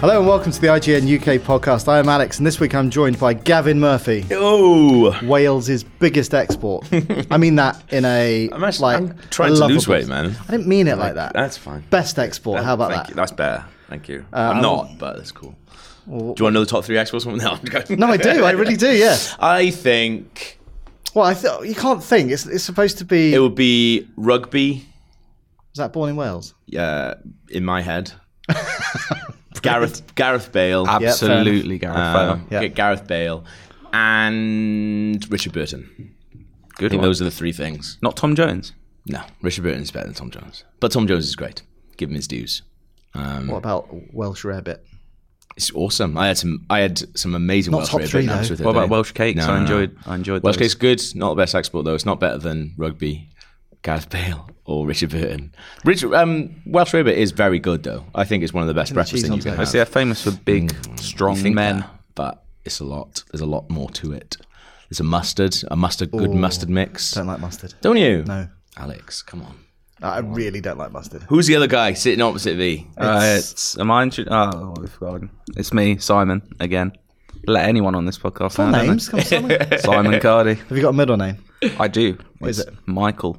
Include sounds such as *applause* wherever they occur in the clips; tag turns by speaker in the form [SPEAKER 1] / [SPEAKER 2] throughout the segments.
[SPEAKER 1] Hello and welcome to the IGN UK podcast. I am Alex, and this week I'm joined by Gavin Murphy,
[SPEAKER 2] Oh,
[SPEAKER 1] Wales's biggest
[SPEAKER 2] *laughs*
[SPEAKER 1] export. I mean that in a
[SPEAKER 2] I'm actually
[SPEAKER 1] like
[SPEAKER 2] I'm trying to
[SPEAKER 1] lovable-
[SPEAKER 2] lose weight, man.
[SPEAKER 1] I didn't mean it like that.
[SPEAKER 2] That's fine.
[SPEAKER 1] Best export. How about
[SPEAKER 2] Thank
[SPEAKER 1] that? Uh,
[SPEAKER 2] you. That's better. Thank you. I'm not, but that's cool. Do you want to know the top three exports? *laughs* No, I'm joking.
[SPEAKER 1] No, I do. I really do. Yeah.
[SPEAKER 2] *laughs* I think
[SPEAKER 1] Well, I th- you can't think. It's, it's supposed to be.
[SPEAKER 2] it
[SPEAKER 1] Is
[SPEAKER 2] would be rugby.
[SPEAKER 1] that born in Wales?
[SPEAKER 2] Uh, in
[SPEAKER 1] *laughs*
[SPEAKER 2] my head, Gareth Gareth Bale.
[SPEAKER 3] Absolutely, Gareth Bale.
[SPEAKER 2] Um,
[SPEAKER 1] Yeah.
[SPEAKER 2] G- Gareth Bale and Richard Burton. I
[SPEAKER 3] Good
[SPEAKER 2] think
[SPEAKER 3] one.
[SPEAKER 2] those are the three things.
[SPEAKER 3] Not Tom Jones.
[SPEAKER 2] No, Richard Burton is better than Tom Jones, but Tom Jones is great. Give him his dues. Mm.
[SPEAKER 1] What about Welsh rarebit?
[SPEAKER 2] It's awesome. I had some. I had some amazing
[SPEAKER 1] Not
[SPEAKER 2] Welsh
[SPEAKER 1] top
[SPEAKER 2] rarebit
[SPEAKER 1] three,
[SPEAKER 2] naps
[SPEAKER 1] though.
[SPEAKER 2] with it,
[SPEAKER 3] What
[SPEAKER 2] eh?
[SPEAKER 3] about Welsh cakes?
[SPEAKER 2] No,
[SPEAKER 3] I
[SPEAKER 2] no,
[SPEAKER 3] enjoyed.
[SPEAKER 2] no.
[SPEAKER 3] I enjoyed
[SPEAKER 2] Welsh
[SPEAKER 3] those.
[SPEAKER 2] cake's good. Not the best export though. It's not better than rugby, Gareth Bale or Richard Burton. Richard um, Welsh rarebit is very good though. I think it's one of the best breakfasts
[SPEAKER 1] cheese
[SPEAKER 2] thing
[SPEAKER 1] on
[SPEAKER 2] you can
[SPEAKER 1] top.
[SPEAKER 2] have.
[SPEAKER 3] So they're famous for big,
[SPEAKER 2] You
[SPEAKER 3] strong
[SPEAKER 2] think
[SPEAKER 3] men.
[SPEAKER 2] that, but it's a lot. There's a lot more to it. There's a mustard, a mustard, good mustard mix.
[SPEAKER 1] Don't like mustard.
[SPEAKER 2] Don't you?
[SPEAKER 1] No.
[SPEAKER 2] Alex, come on.
[SPEAKER 1] I really don't like mustard.
[SPEAKER 2] Who's the other guy sitting opposite me?
[SPEAKER 3] Uh, it's am I? Intro- oh, we've forgotten. It's me, Simon, again. Let anyone on this podcast
[SPEAKER 1] Full
[SPEAKER 3] know. don't
[SPEAKER 1] names. *laughs* Come on, *laughs*
[SPEAKER 2] *laughs*
[SPEAKER 1] Simon.
[SPEAKER 3] they? Simon Cardi.
[SPEAKER 1] Have you got a middle name?
[SPEAKER 3] I do. What
[SPEAKER 1] is it?
[SPEAKER 3] Michael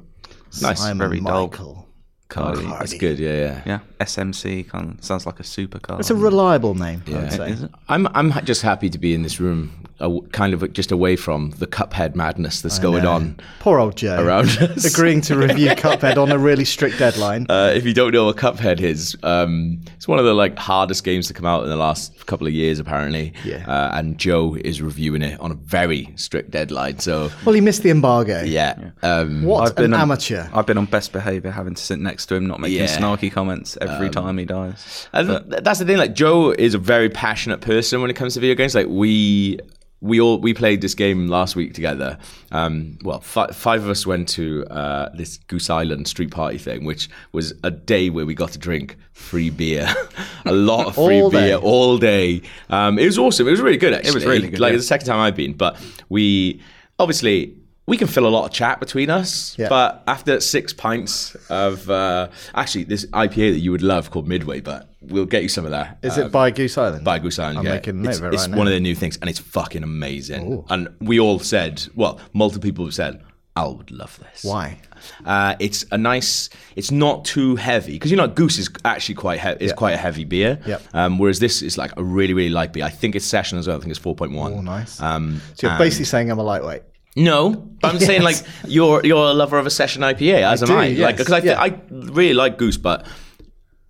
[SPEAKER 2] Nice,
[SPEAKER 1] Simon
[SPEAKER 3] very dull.
[SPEAKER 1] Michael.
[SPEAKER 3] Cardi.
[SPEAKER 2] That's good. Yeah, yeah.
[SPEAKER 3] Yeah, SMC kind of sounds like a supercar.
[SPEAKER 1] It's a reliable name, I'd say.
[SPEAKER 3] Is it?
[SPEAKER 2] I'm I'm ha- just happy to be in this room, uh, w- kind of just away from the Cuphead madness that's going on
[SPEAKER 1] Poor old Joe. *laughs*
[SPEAKER 2] around us.
[SPEAKER 1] Agreeing to
[SPEAKER 2] *laughs*
[SPEAKER 1] review Cuphead on a really strict deadline.
[SPEAKER 2] Uh, if you don't know what Cuphead is, um, it's one of the like hardest games to come out in the last couple of years, apparently.
[SPEAKER 1] Yeah.
[SPEAKER 2] Uh, and Joe is reviewing it on a very strict deadline. So
[SPEAKER 1] Well, he missed the embargo.
[SPEAKER 2] yeah, Um,
[SPEAKER 1] What an
[SPEAKER 3] on,
[SPEAKER 1] amateur.
[SPEAKER 3] I've been on best behaviour, having to sit next to him, not making
[SPEAKER 2] Yeah.
[SPEAKER 3] snarky comments every time he dies.
[SPEAKER 2] And th- that's the thing. Like Joe is a very passionate person when it comes to video games. Like we we all we played this game last week together. Um, well, fi- five of us went to uh, this Goose Island street party thing, which was a day where we got to drink free beer, *laughs* a lot of free
[SPEAKER 1] All day.
[SPEAKER 2] beer all day. Um, it was awesome. It was really good. Actually,
[SPEAKER 3] really good,
[SPEAKER 2] Like
[SPEAKER 3] yeah.
[SPEAKER 2] the second time I've been, but we obviously. We can fill a lot of chat between us,
[SPEAKER 1] Yeah.
[SPEAKER 2] but after six pints of uh, actually this IPA that you would love called Midway, but we'll get you some of that. uh,
[SPEAKER 1] Is it by Goose Island?
[SPEAKER 2] by Goose Island?
[SPEAKER 1] I'm
[SPEAKER 2] yeah.
[SPEAKER 1] making a note
[SPEAKER 2] it's
[SPEAKER 1] of it
[SPEAKER 2] it's
[SPEAKER 1] right
[SPEAKER 2] one
[SPEAKER 1] now.
[SPEAKER 2] of their new things, and it's fucking amazing. And we all said, well, multiple people have said, I would love this.
[SPEAKER 1] Why?
[SPEAKER 2] Uh, it's a nice. It's not too heavy because you know Goose is actually quite he- is quite a heavy beer.
[SPEAKER 1] Yep.
[SPEAKER 2] Um, whereas this is like a really really light beer. I think it's session as well. I think it's four point one.
[SPEAKER 1] Oh, nice.
[SPEAKER 2] Um,
[SPEAKER 1] so you're basically saying I'm a lightweight.
[SPEAKER 2] no, but I'm saying like you're you're a lover of a session IPA, as am
[SPEAKER 1] do,
[SPEAKER 2] I. Like
[SPEAKER 1] yes,
[SPEAKER 2] because I, th-
[SPEAKER 1] yeah.
[SPEAKER 2] I really like Goose, but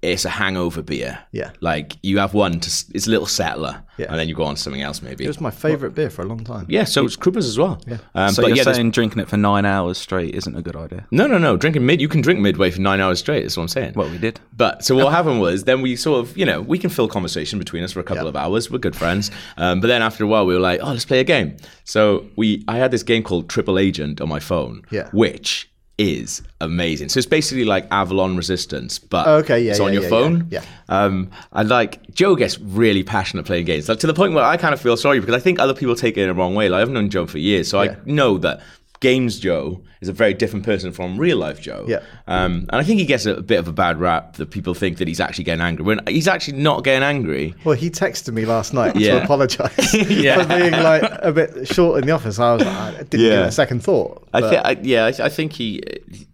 [SPEAKER 2] it's a hangover beer.
[SPEAKER 1] Yeah.
[SPEAKER 2] like you have one to s- it's a little settler,
[SPEAKER 1] Yeah.
[SPEAKER 2] and then you go on to something else maybe.
[SPEAKER 1] It was my favourite beer for a long time.
[SPEAKER 2] yeah, so it's Kruppers as well. Yeah, um,
[SPEAKER 3] So
[SPEAKER 2] but
[SPEAKER 3] you're
[SPEAKER 2] yeah, there's-
[SPEAKER 3] saying drinking it for nine hours straight isn't a good idea?
[SPEAKER 2] no, no, no. Drinking mid, you can drink midway for nine hours straight. That's what I'm saying.
[SPEAKER 3] Well, we did.
[SPEAKER 2] But so
[SPEAKER 1] Um,
[SPEAKER 2] what happened was then we sort of, you know, we can fill conversation between us for a couple of hours. We're good friends. Um, but then after a while, we were like, oh, let's play a game. So we, I had this game called Triple Agent on my phone,
[SPEAKER 1] Yeah.
[SPEAKER 2] which is amazing. So it's basically like Avalon Resistance, but
[SPEAKER 1] Oh, Okay, yeah,
[SPEAKER 2] it's on
[SPEAKER 1] yeah,
[SPEAKER 2] your
[SPEAKER 1] yeah,
[SPEAKER 2] phone.
[SPEAKER 1] yeah,
[SPEAKER 2] Um, and like Joe gets really passionate playing games, like to the point where I kind of feel sorry because I think other people take it in the wrong way. Like I've known Joe for years, so
[SPEAKER 1] Yeah.
[SPEAKER 2] I know that games Joe is a very different person from real life Joe.
[SPEAKER 1] Yeah.
[SPEAKER 2] Um, and I think he gets a, bit of a bad rap that people think that he's actually getting angry when he's actually not getting angry.
[SPEAKER 1] Well, he texted me last night
[SPEAKER 2] Yeah. *laughs*
[SPEAKER 1] to apologise
[SPEAKER 2] Yeah.
[SPEAKER 1] for being like a bit short in the office. I was like, I didn't give
[SPEAKER 2] Yeah.
[SPEAKER 1] it a second thought.
[SPEAKER 2] I
[SPEAKER 1] but-
[SPEAKER 2] think, I, yeah, I, th- I think he.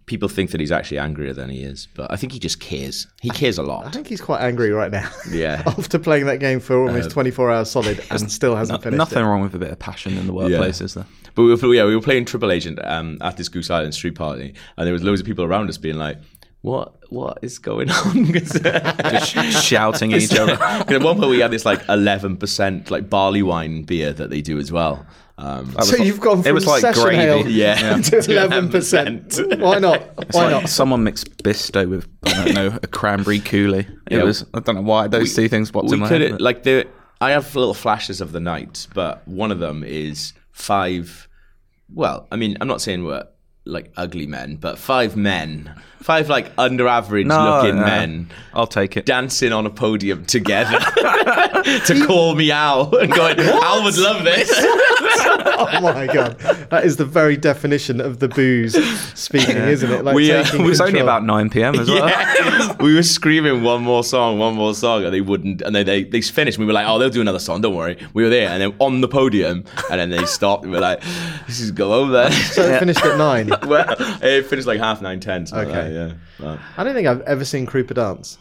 [SPEAKER 2] People think that he's actually angrier than he is, but I think he just cares. He cares a
[SPEAKER 1] I
[SPEAKER 2] lot.
[SPEAKER 1] think he's quite angry right now.
[SPEAKER 2] Yeah.
[SPEAKER 1] *laughs*
[SPEAKER 2] Uh,
[SPEAKER 1] After playing that game for almost 24 hours solid and still hasn't finished
[SPEAKER 3] Nothing
[SPEAKER 1] it.
[SPEAKER 3] wrong with a bit of passion in the workplace, is
[SPEAKER 2] *laughs*
[SPEAKER 3] there?
[SPEAKER 2] But we were, yeah, we were playing Triple Agent um, at this Goose Island street party, and there was loads of people around us being like, "What? What is going *laughs* on?" 'Cause-
[SPEAKER 3] Just shouting at
[SPEAKER 1] *laughs*
[SPEAKER 2] *laughs*
[SPEAKER 3] each other.
[SPEAKER 2] 'Cause at one point, we had this like eleven percent like barley wine beer that they do as well. Um,
[SPEAKER 1] So you've gone from
[SPEAKER 3] It was like
[SPEAKER 1] session
[SPEAKER 3] gravy.
[SPEAKER 1] ale
[SPEAKER 2] yeah,
[SPEAKER 1] *laughs*
[SPEAKER 2] *laughs*
[SPEAKER 1] to 11%. Why not? Why
[SPEAKER 3] Like,
[SPEAKER 1] not?
[SPEAKER 3] Someone mixed Bisto with I don't know a cranberry coulis. It
[SPEAKER 2] Yeah.
[SPEAKER 3] was I don't know why those two things popped
[SPEAKER 2] we
[SPEAKER 3] in my
[SPEAKER 2] could
[SPEAKER 3] head. but-
[SPEAKER 2] like the I have little flashes of the night, but one of them is five. Well, I mean, I'm not saying we're like ugly men, but five men, five like under average looking
[SPEAKER 3] no.
[SPEAKER 2] men.
[SPEAKER 3] I'll take it.
[SPEAKER 2] dancing on a
[SPEAKER 3] *laughs* *laughs*
[SPEAKER 2] podium together to call me Al and going, Al would love this.
[SPEAKER 1] *laughs* oh my god, that is the very definition of the booze speaking, isn't it? Like
[SPEAKER 2] We, uh,
[SPEAKER 1] taking
[SPEAKER 2] we
[SPEAKER 3] *laughs* It was only
[SPEAKER 1] control.
[SPEAKER 3] about 9 p.m. as well.
[SPEAKER 2] *laughs* Yeah. we were screaming one more song, one more song, and they wouldn't. And they they, they finished. And we were like, oh, they'll do another song. Don't worry. We were there, and then on the podium, and then they stopped. And we were like, this is go
[SPEAKER 3] *laughs*
[SPEAKER 2] over.
[SPEAKER 1] So it finished at nine.
[SPEAKER 2] well, it finished like half nine ten. something like
[SPEAKER 1] Okay.
[SPEAKER 2] that, yeah. Well,
[SPEAKER 1] I don't think I've ever seen Krupa dance,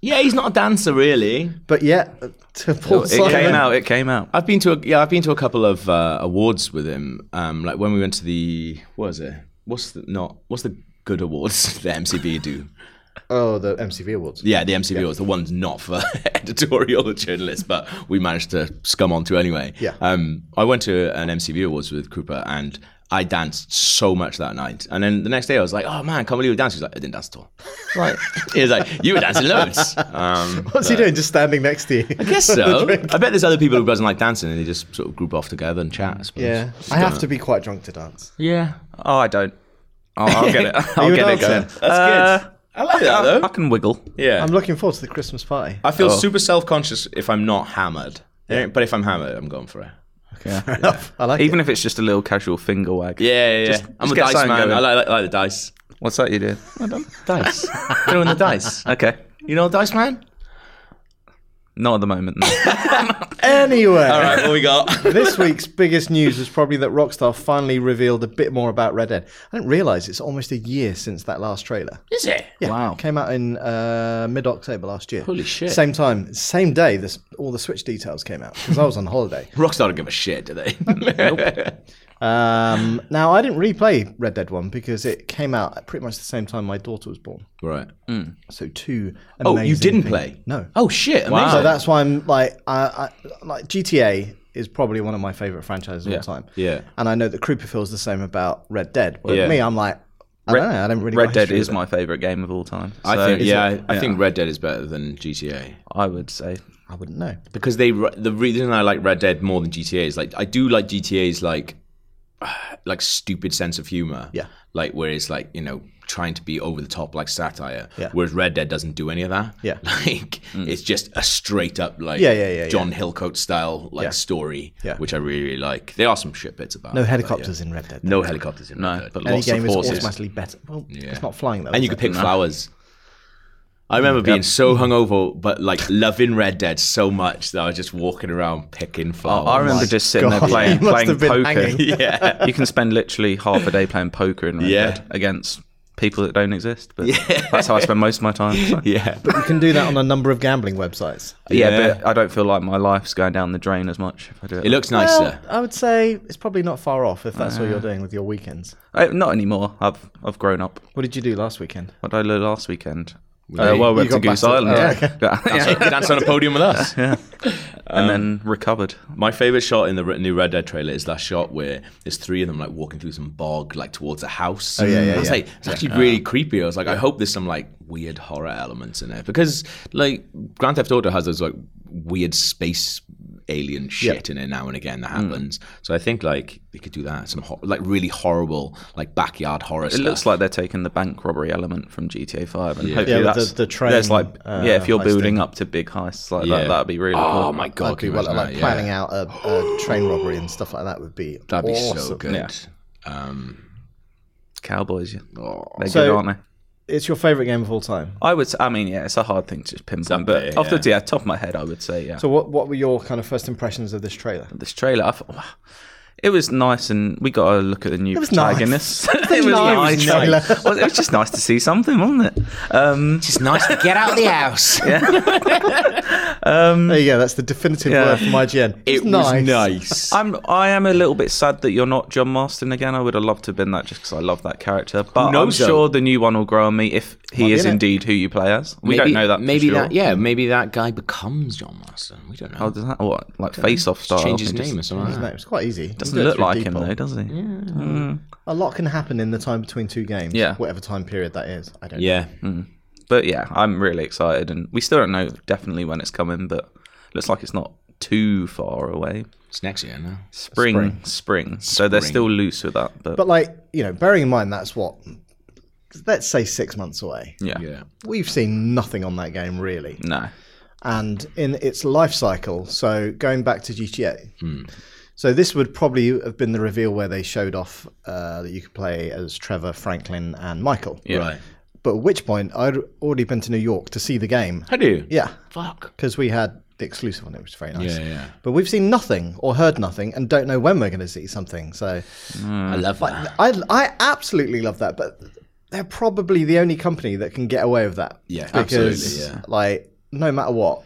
[SPEAKER 2] yeah, he's not a dancer really.
[SPEAKER 1] but yet uh, to Paul
[SPEAKER 3] It
[SPEAKER 1] Simon,
[SPEAKER 3] came out. It came out.
[SPEAKER 2] I've been to a, yeah, I've been to a couple of uh, awards with him. Um, like when we went to the what is it? What's the not? What's the good awards *laughs* the MCB do?
[SPEAKER 1] Oh, the MCV Awards.
[SPEAKER 2] Yeah, the MCV was the one's not for *laughs* editorial *laughs* journalists, but we managed to scum onto anyway.
[SPEAKER 1] Yeah.
[SPEAKER 2] Um, I went to an MCV Awards with Cooper and I danced so much that night. And then the next day I was like, oh man, can't believe you danced. He's like, I didn't dance at all. *laughs* Right. he was like, you were
[SPEAKER 1] *laughs*
[SPEAKER 2] dancing loads. Um,
[SPEAKER 1] What's he doing? Just standing next to you?
[SPEAKER 2] I *laughs* guess so. I bet there's other people who doesn't like dancing and they just sort of group off together and chat, I suppose.
[SPEAKER 1] Yeah, I have to be quite drunk to dance.
[SPEAKER 2] *laughs* Yeah.
[SPEAKER 3] Oh, I don't. Oh,
[SPEAKER 2] *laughs*
[SPEAKER 3] I'll get it.
[SPEAKER 1] you
[SPEAKER 3] I'll
[SPEAKER 1] a
[SPEAKER 3] get it going.
[SPEAKER 1] dancer?
[SPEAKER 2] That's good. I like that
[SPEAKER 3] I, I
[SPEAKER 2] though.
[SPEAKER 3] can wiggle.
[SPEAKER 2] *laughs* Yeah.
[SPEAKER 1] I'm looking forward to the Christmas party.
[SPEAKER 2] I feel
[SPEAKER 3] Oh.
[SPEAKER 2] super self conscious if I'm not hammered. But if I'm hammered, I'm going for it.
[SPEAKER 1] *laughs* I like
[SPEAKER 3] Even if it's just a little casual finger wag.
[SPEAKER 2] Yeah, yeah,
[SPEAKER 3] Just-
[SPEAKER 2] yeah. I'm
[SPEAKER 3] just
[SPEAKER 2] a
[SPEAKER 3] get
[SPEAKER 2] dice
[SPEAKER 3] something
[SPEAKER 2] man.
[SPEAKER 3] going.
[SPEAKER 2] I like, like, like the dice.
[SPEAKER 3] What's that you do?
[SPEAKER 2] Dice. Throwing the dice.
[SPEAKER 3] *laughs* Okay.
[SPEAKER 2] You know dice man?
[SPEAKER 3] Not at the moment. *laughs* no.
[SPEAKER 1] it. Anyway,
[SPEAKER 2] All right, what we got?
[SPEAKER 1] *laughs* this week's biggest news was probably that Rockstar finally revealed a bit more about Red Dead. I didn't realize it's almost a year since that last trailer.
[SPEAKER 2] *laughs* Is it?
[SPEAKER 1] Yeah,
[SPEAKER 3] Wow.
[SPEAKER 1] Came out in uh, mid October last year.
[SPEAKER 2] Holy shit.
[SPEAKER 1] Same time, same day, this, all the Switch details came out because I was on *laughs* holiday.
[SPEAKER 2] Rockstar don't give a shit, do they?
[SPEAKER 1] Um, now, I didn't replay Red Dead 1 because it came out at pretty much the same time my daughter was born.
[SPEAKER 2] *laughs* Right.
[SPEAKER 1] So, two Mm. amazing
[SPEAKER 2] Oh, you didn't
[SPEAKER 1] things.
[SPEAKER 2] play?
[SPEAKER 1] No.
[SPEAKER 2] Oh shit! Amazing.
[SPEAKER 1] So that's why I'm like, I, I like GTA is probably one of my favorite franchises of all time.
[SPEAKER 2] Yeah.
[SPEAKER 1] And I know that Krupa feels the same about Red Dead. But
[SPEAKER 2] Yeah.
[SPEAKER 1] me, I'm like, I don't know. I don't really.
[SPEAKER 3] Red
[SPEAKER 1] got
[SPEAKER 3] Dead
[SPEAKER 1] history
[SPEAKER 3] is
[SPEAKER 1] with
[SPEAKER 3] my favorite game of all time.
[SPEAKER 2] I
[SPEAKER 3] so
[SPEAKER 2] think. Yeah,
[SPEAKER 3] it-
[SPEAKER 2] I, I think Red Dead is better than GTA
[SPEAKER 3] I would say.
[SPEAKER 1] it. I wouldn't know.
[SPEAKER 2] because they re- the reason I like Red Dead more than GTA is like I do like GTA's like *sighs* like stupid sense of humor.
[SPEAKER 1] Yeah.
[SPEAKER 2] Like where it's like you know trying to be over the top like satire.
[SPEAKER 1] Yeah.
[SPEAKER 2] Whereas Red Dead doesn't do any of that.
[SPEAKER 1] Yeah.
[SPEAKER 2] *laughs* Like
[SPEAKER 3] Mm.
[SPEAKER 2] it's just a straight up like
[SPEAKER 1] Yeah, yeah, yeah, yeah.
[SPEAKER 2] John Hillcoat style like story.
[SPEAKER 1] Yeah.
[SPEAKER 2] Which I really, really like. There are some shit bits about.
[SPEAKER 1] No
[SPEAKER 2] it, but
[SPEAKER 1] helicopters in Red Dead.
[SPEAKER 2] yeah. No helicopters in Red
[SPEAKER 3] No,
[SPEAKER 2] Dead.
[SPEAKER 3] but
[SPEAKER 1] Any
[SPEAKER 3] lots of
[SPEAKER 1] game is
[SPEAKER 3] horses.
[SPEAKER 1] automatically better. Well, it's not flying though.
[SPEAKER 2] and you
[SPEAKER 1] is
[SPEAKER 2] could
[SPEAKER 1] it?
[SPEAKER 2] pick flowers. I
[SPEAKER 1] Mm,
[SPEAKER 2] remember being so hungover, but like loving Red Dead so much that I was just walking around picking flowers.
[SPEAKER 3] I remember just sitting
[SPEAKER 1] God.
[SPEAKER 3] there playing, *laughs*
[SPEAKER 1] You must
[SPEAKER 3] playing
[SPEAKER 1] have been
[SPEAKER 3] poker.
[SPEAKER 1] hanging.
[SPEAKER 2] yeah.
[SPEAKER 3] you can spend literally half a day playing poker in Red
[SPEAKER 2] Yeah.
[SPEAKER 3] Dead against people that don't exist. But that's how I spend most of my time. *laughs* so. Yeah,
[SPEAKER 2] *laughs* Yeah.
[SPEAKER 1] You can do that on a number of gambling websites.
[SPEAKER 2] Yeah.
[SPEAKER 3] but I don't feel like my life's going down the drain as much if I do it.
[SPEAKER 2] It looks nicer.
[SPEAKER 1] Well, I would say it's probably not far off if that's what you're doing with your weekends.
[SPEAKER 3] I, Uh, not anymore. I've I've grown up.
[SPEAKER 1] What did you do last weekend?
[SPEAKER 3] What did I do last weekend?
[SPEAKER 2] Oh,
[SPEAKER 3] Uh, well,
[SPEAKER 1] you
[SPEAKER 3] we went to
[SPEAKER 1] got back
[SPEAKER 3] Goose
[SPEAKER 1] to-
[SPEAKER 3] Island,
[SPEAKER 1] oh,
[SPEAKER 3] yeah. *laughs*
[SPEAKER 1] okay.
[SPEAKER 3] Yeah.
[SPEAKER 2] So you can dance on a podium with us. Um,
[SPEAKER 3] and then recovered.
[SPEAKER 2] My favorite shot in the re- new Red Dead trailer is that shot where there's three of them like walking through some bog, like towards a house. Oh
[SPEAKER 1] yeah, yeah,
[SPEAKER 2] I was
[SPEAKER 1] yeah.
[SPEAKER 2] like, it's actually really creepy. I was like, I hope there's some like weird horror elements in it because like Grand Theft Auto has those like weird space alien shit in it now and again that happens. So I think like they could do that some hor- like really horrible like backyard horror.
[SPEAKER 3] It looks like they're taking the bank robbery element from GTA Five, and hopefully
[SPEAKER 1] Yeah, with the-
[SPEAKER 3] that's
[SPEAKER 1] the train,
[SPEAKER 3] There's like,
[SPEAKER 1] uh,
[SPEAKER 3] yeah, if you're
[SPEAKER 1] heisting.
[SPEAKER 3] building up to big heists like
[SPEAKER 2] Yeah.
[SPEAKER 3] that, that'd be really
[SPEAKER 2] oh
[SPEAKER 3] cool.
[SPEAKER 2] my
[SPEAKER 1] I'd be
[SPEAKER 2] god, can you
[SPEAKER 1] well,
[SPEAKER 2] imagine
[SPEAKER 1] like
[SPEAKER 2] that? Yeah.
[SPEAKER 1] planning out a, *gasps* a train robbery and stuff like that would be
[SPEAKER 2] That'd be so
[SPEAKER 1] awesome.
[SPEAKER 2] good.
[SPEAKER 3] Yeah. Cowboys, yeah. they're
[SPEAKER 1] So-
[SPEAKER 3] good, aren't they?
[SPEAKER 1] It's your favorite game of all time.
[SPEAKER 3] I would. s- I mean, yeah, it's a hard thing to just pinpoint, but
[SPEAKER 2] there,
[SPEAKER 3] off the
[SPEAKER 2] yeah.
[SPEAKER 3] yeah, top of my head, I would say yeah.
[SPEAKER 1] So what what were your kind of first impressions of this trailer?
[SPEAKER 3] this trailer, I thought, wow, it was nice, and we got a look at the new
[SPEAKER 1] was
[SPEAKER 3] protagonist. *laughs* it
[SPEAKER 1] nice trailer.
[SPEAKER 3] Well, it was just nice to see something, wasn't it? Um,
[SPEAKER 2] It's nice to get *laughs* out of the house.
[SPEAKER 1] There you go. That's the definitive
[SPEAKER 3] Yeah.
[SPEAKER 1] word from IGN. It's
[SPEAKER 2] It was nice.
[SPEAKER 3] I'm. I am a little bit sad that you're not John Marston again. I would have loved to have been that just because I love that character. But I'm
[SPEAKER 2] knows, though?
[SPEAKER 3] sure the new one will grow on me if he
[SPEAKER 1] Might be
[SPEAKER 3] is
[SPEAKER 1] in it.
[SPEAKER 3] indeed who you play as. We don't know that. for
[SPEAKER 2] Maybe
[SPEAKER 3] sure.
[SPEAKER 2] that. Yeah, maybe that guy becomes John Marston. We don't know.
[SPEAKER 3] Oh, does that what like face off style?
[SPEAKER 2] Change his
[SPEAKER 3] It just
[SPEAKER 2] name or something. Like
[SPEAKER 1] No,
[SPEAKER 2] that.
[SPEAKER 1] it's quite easy.
[SPEAKER 3] Doesn't look like him though, does he?
[SPEAKER 1] A lot can happen in the time between two games.
[SPEAKER 3] Yeah.
[SPEAKER 1] Whatever time period that is. I don't
[SPEAKER 2] Yeah.
[SPEAKER 3] Mm. But yeah, I'm really excited, and we still don't know definitely when it's coming, but looks like it's not too far away.
[SPEAKER 2] It's next year now.
[SPEAKER 3] Spring, spring. So they're
[SPEAKER 2] Spring.
[SPEAKER 3] still loose with that, but,
[SPEAKER 1] But like, you know, bearing in mind that's what let's say six months away.
[SPEAKER 3] yeah.
[SPEAKER 2] Yeah.
[SPEAKER 1] We've seen nothing on that game really.
[SPEAKER 3] no.
[SPEAKER 1] And in its life cycle, so going back to GTA. So this would probably have been the reveal where they showed off uh, that you could play as Trevor, Franklin, and Michael.
[SPEAKER 3] Yeah.
[SPEAKER 2] Right.
[SPEAKER 1] But at which point, I'd already been to New York to see the game.
[SPEAKER 2] Had you?
[SPEAKER 1] Yeah,
[SPEAKER 2] Fuck.
[SPEAKER 1] because we had the exclusive on it, which was very nice.
[SPEAKER 2] Yeah, yeah.
[SPEAKER 1] But we've seen nothing or heard nothing, and don't know when we're going to see something. So
[SPEAKER 2] I love that.
[SPEAKER 1] I, I absolutely love that, but they're probably the only company that can get away with that.
[SPEAKER 2] Yeah,
[SPEAKER 1] because
[SPEAKER 2] absolutely, yeah.
[SPEAKER 1] like no matter what,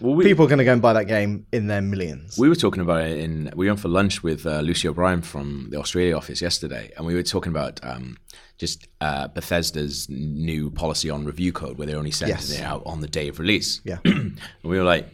[SPEAKER 2] Well, we,
[SPEAKER 1] people are going to go and buy that game in their millions.
[SPEAKER 2] We were talking about it in. We went for lunch with uh, Lucy O'Brien from the Australia office yesterday, and we were talking about um, just uh, Bethesda's new policy on review code, where they're only sending
[SPEAKER 1] Yes.
[SPEAKER 2] it out on the day of release.
[SPEAKER 1] yeah,
[SPEAKER 2] *clears throat* And we were like,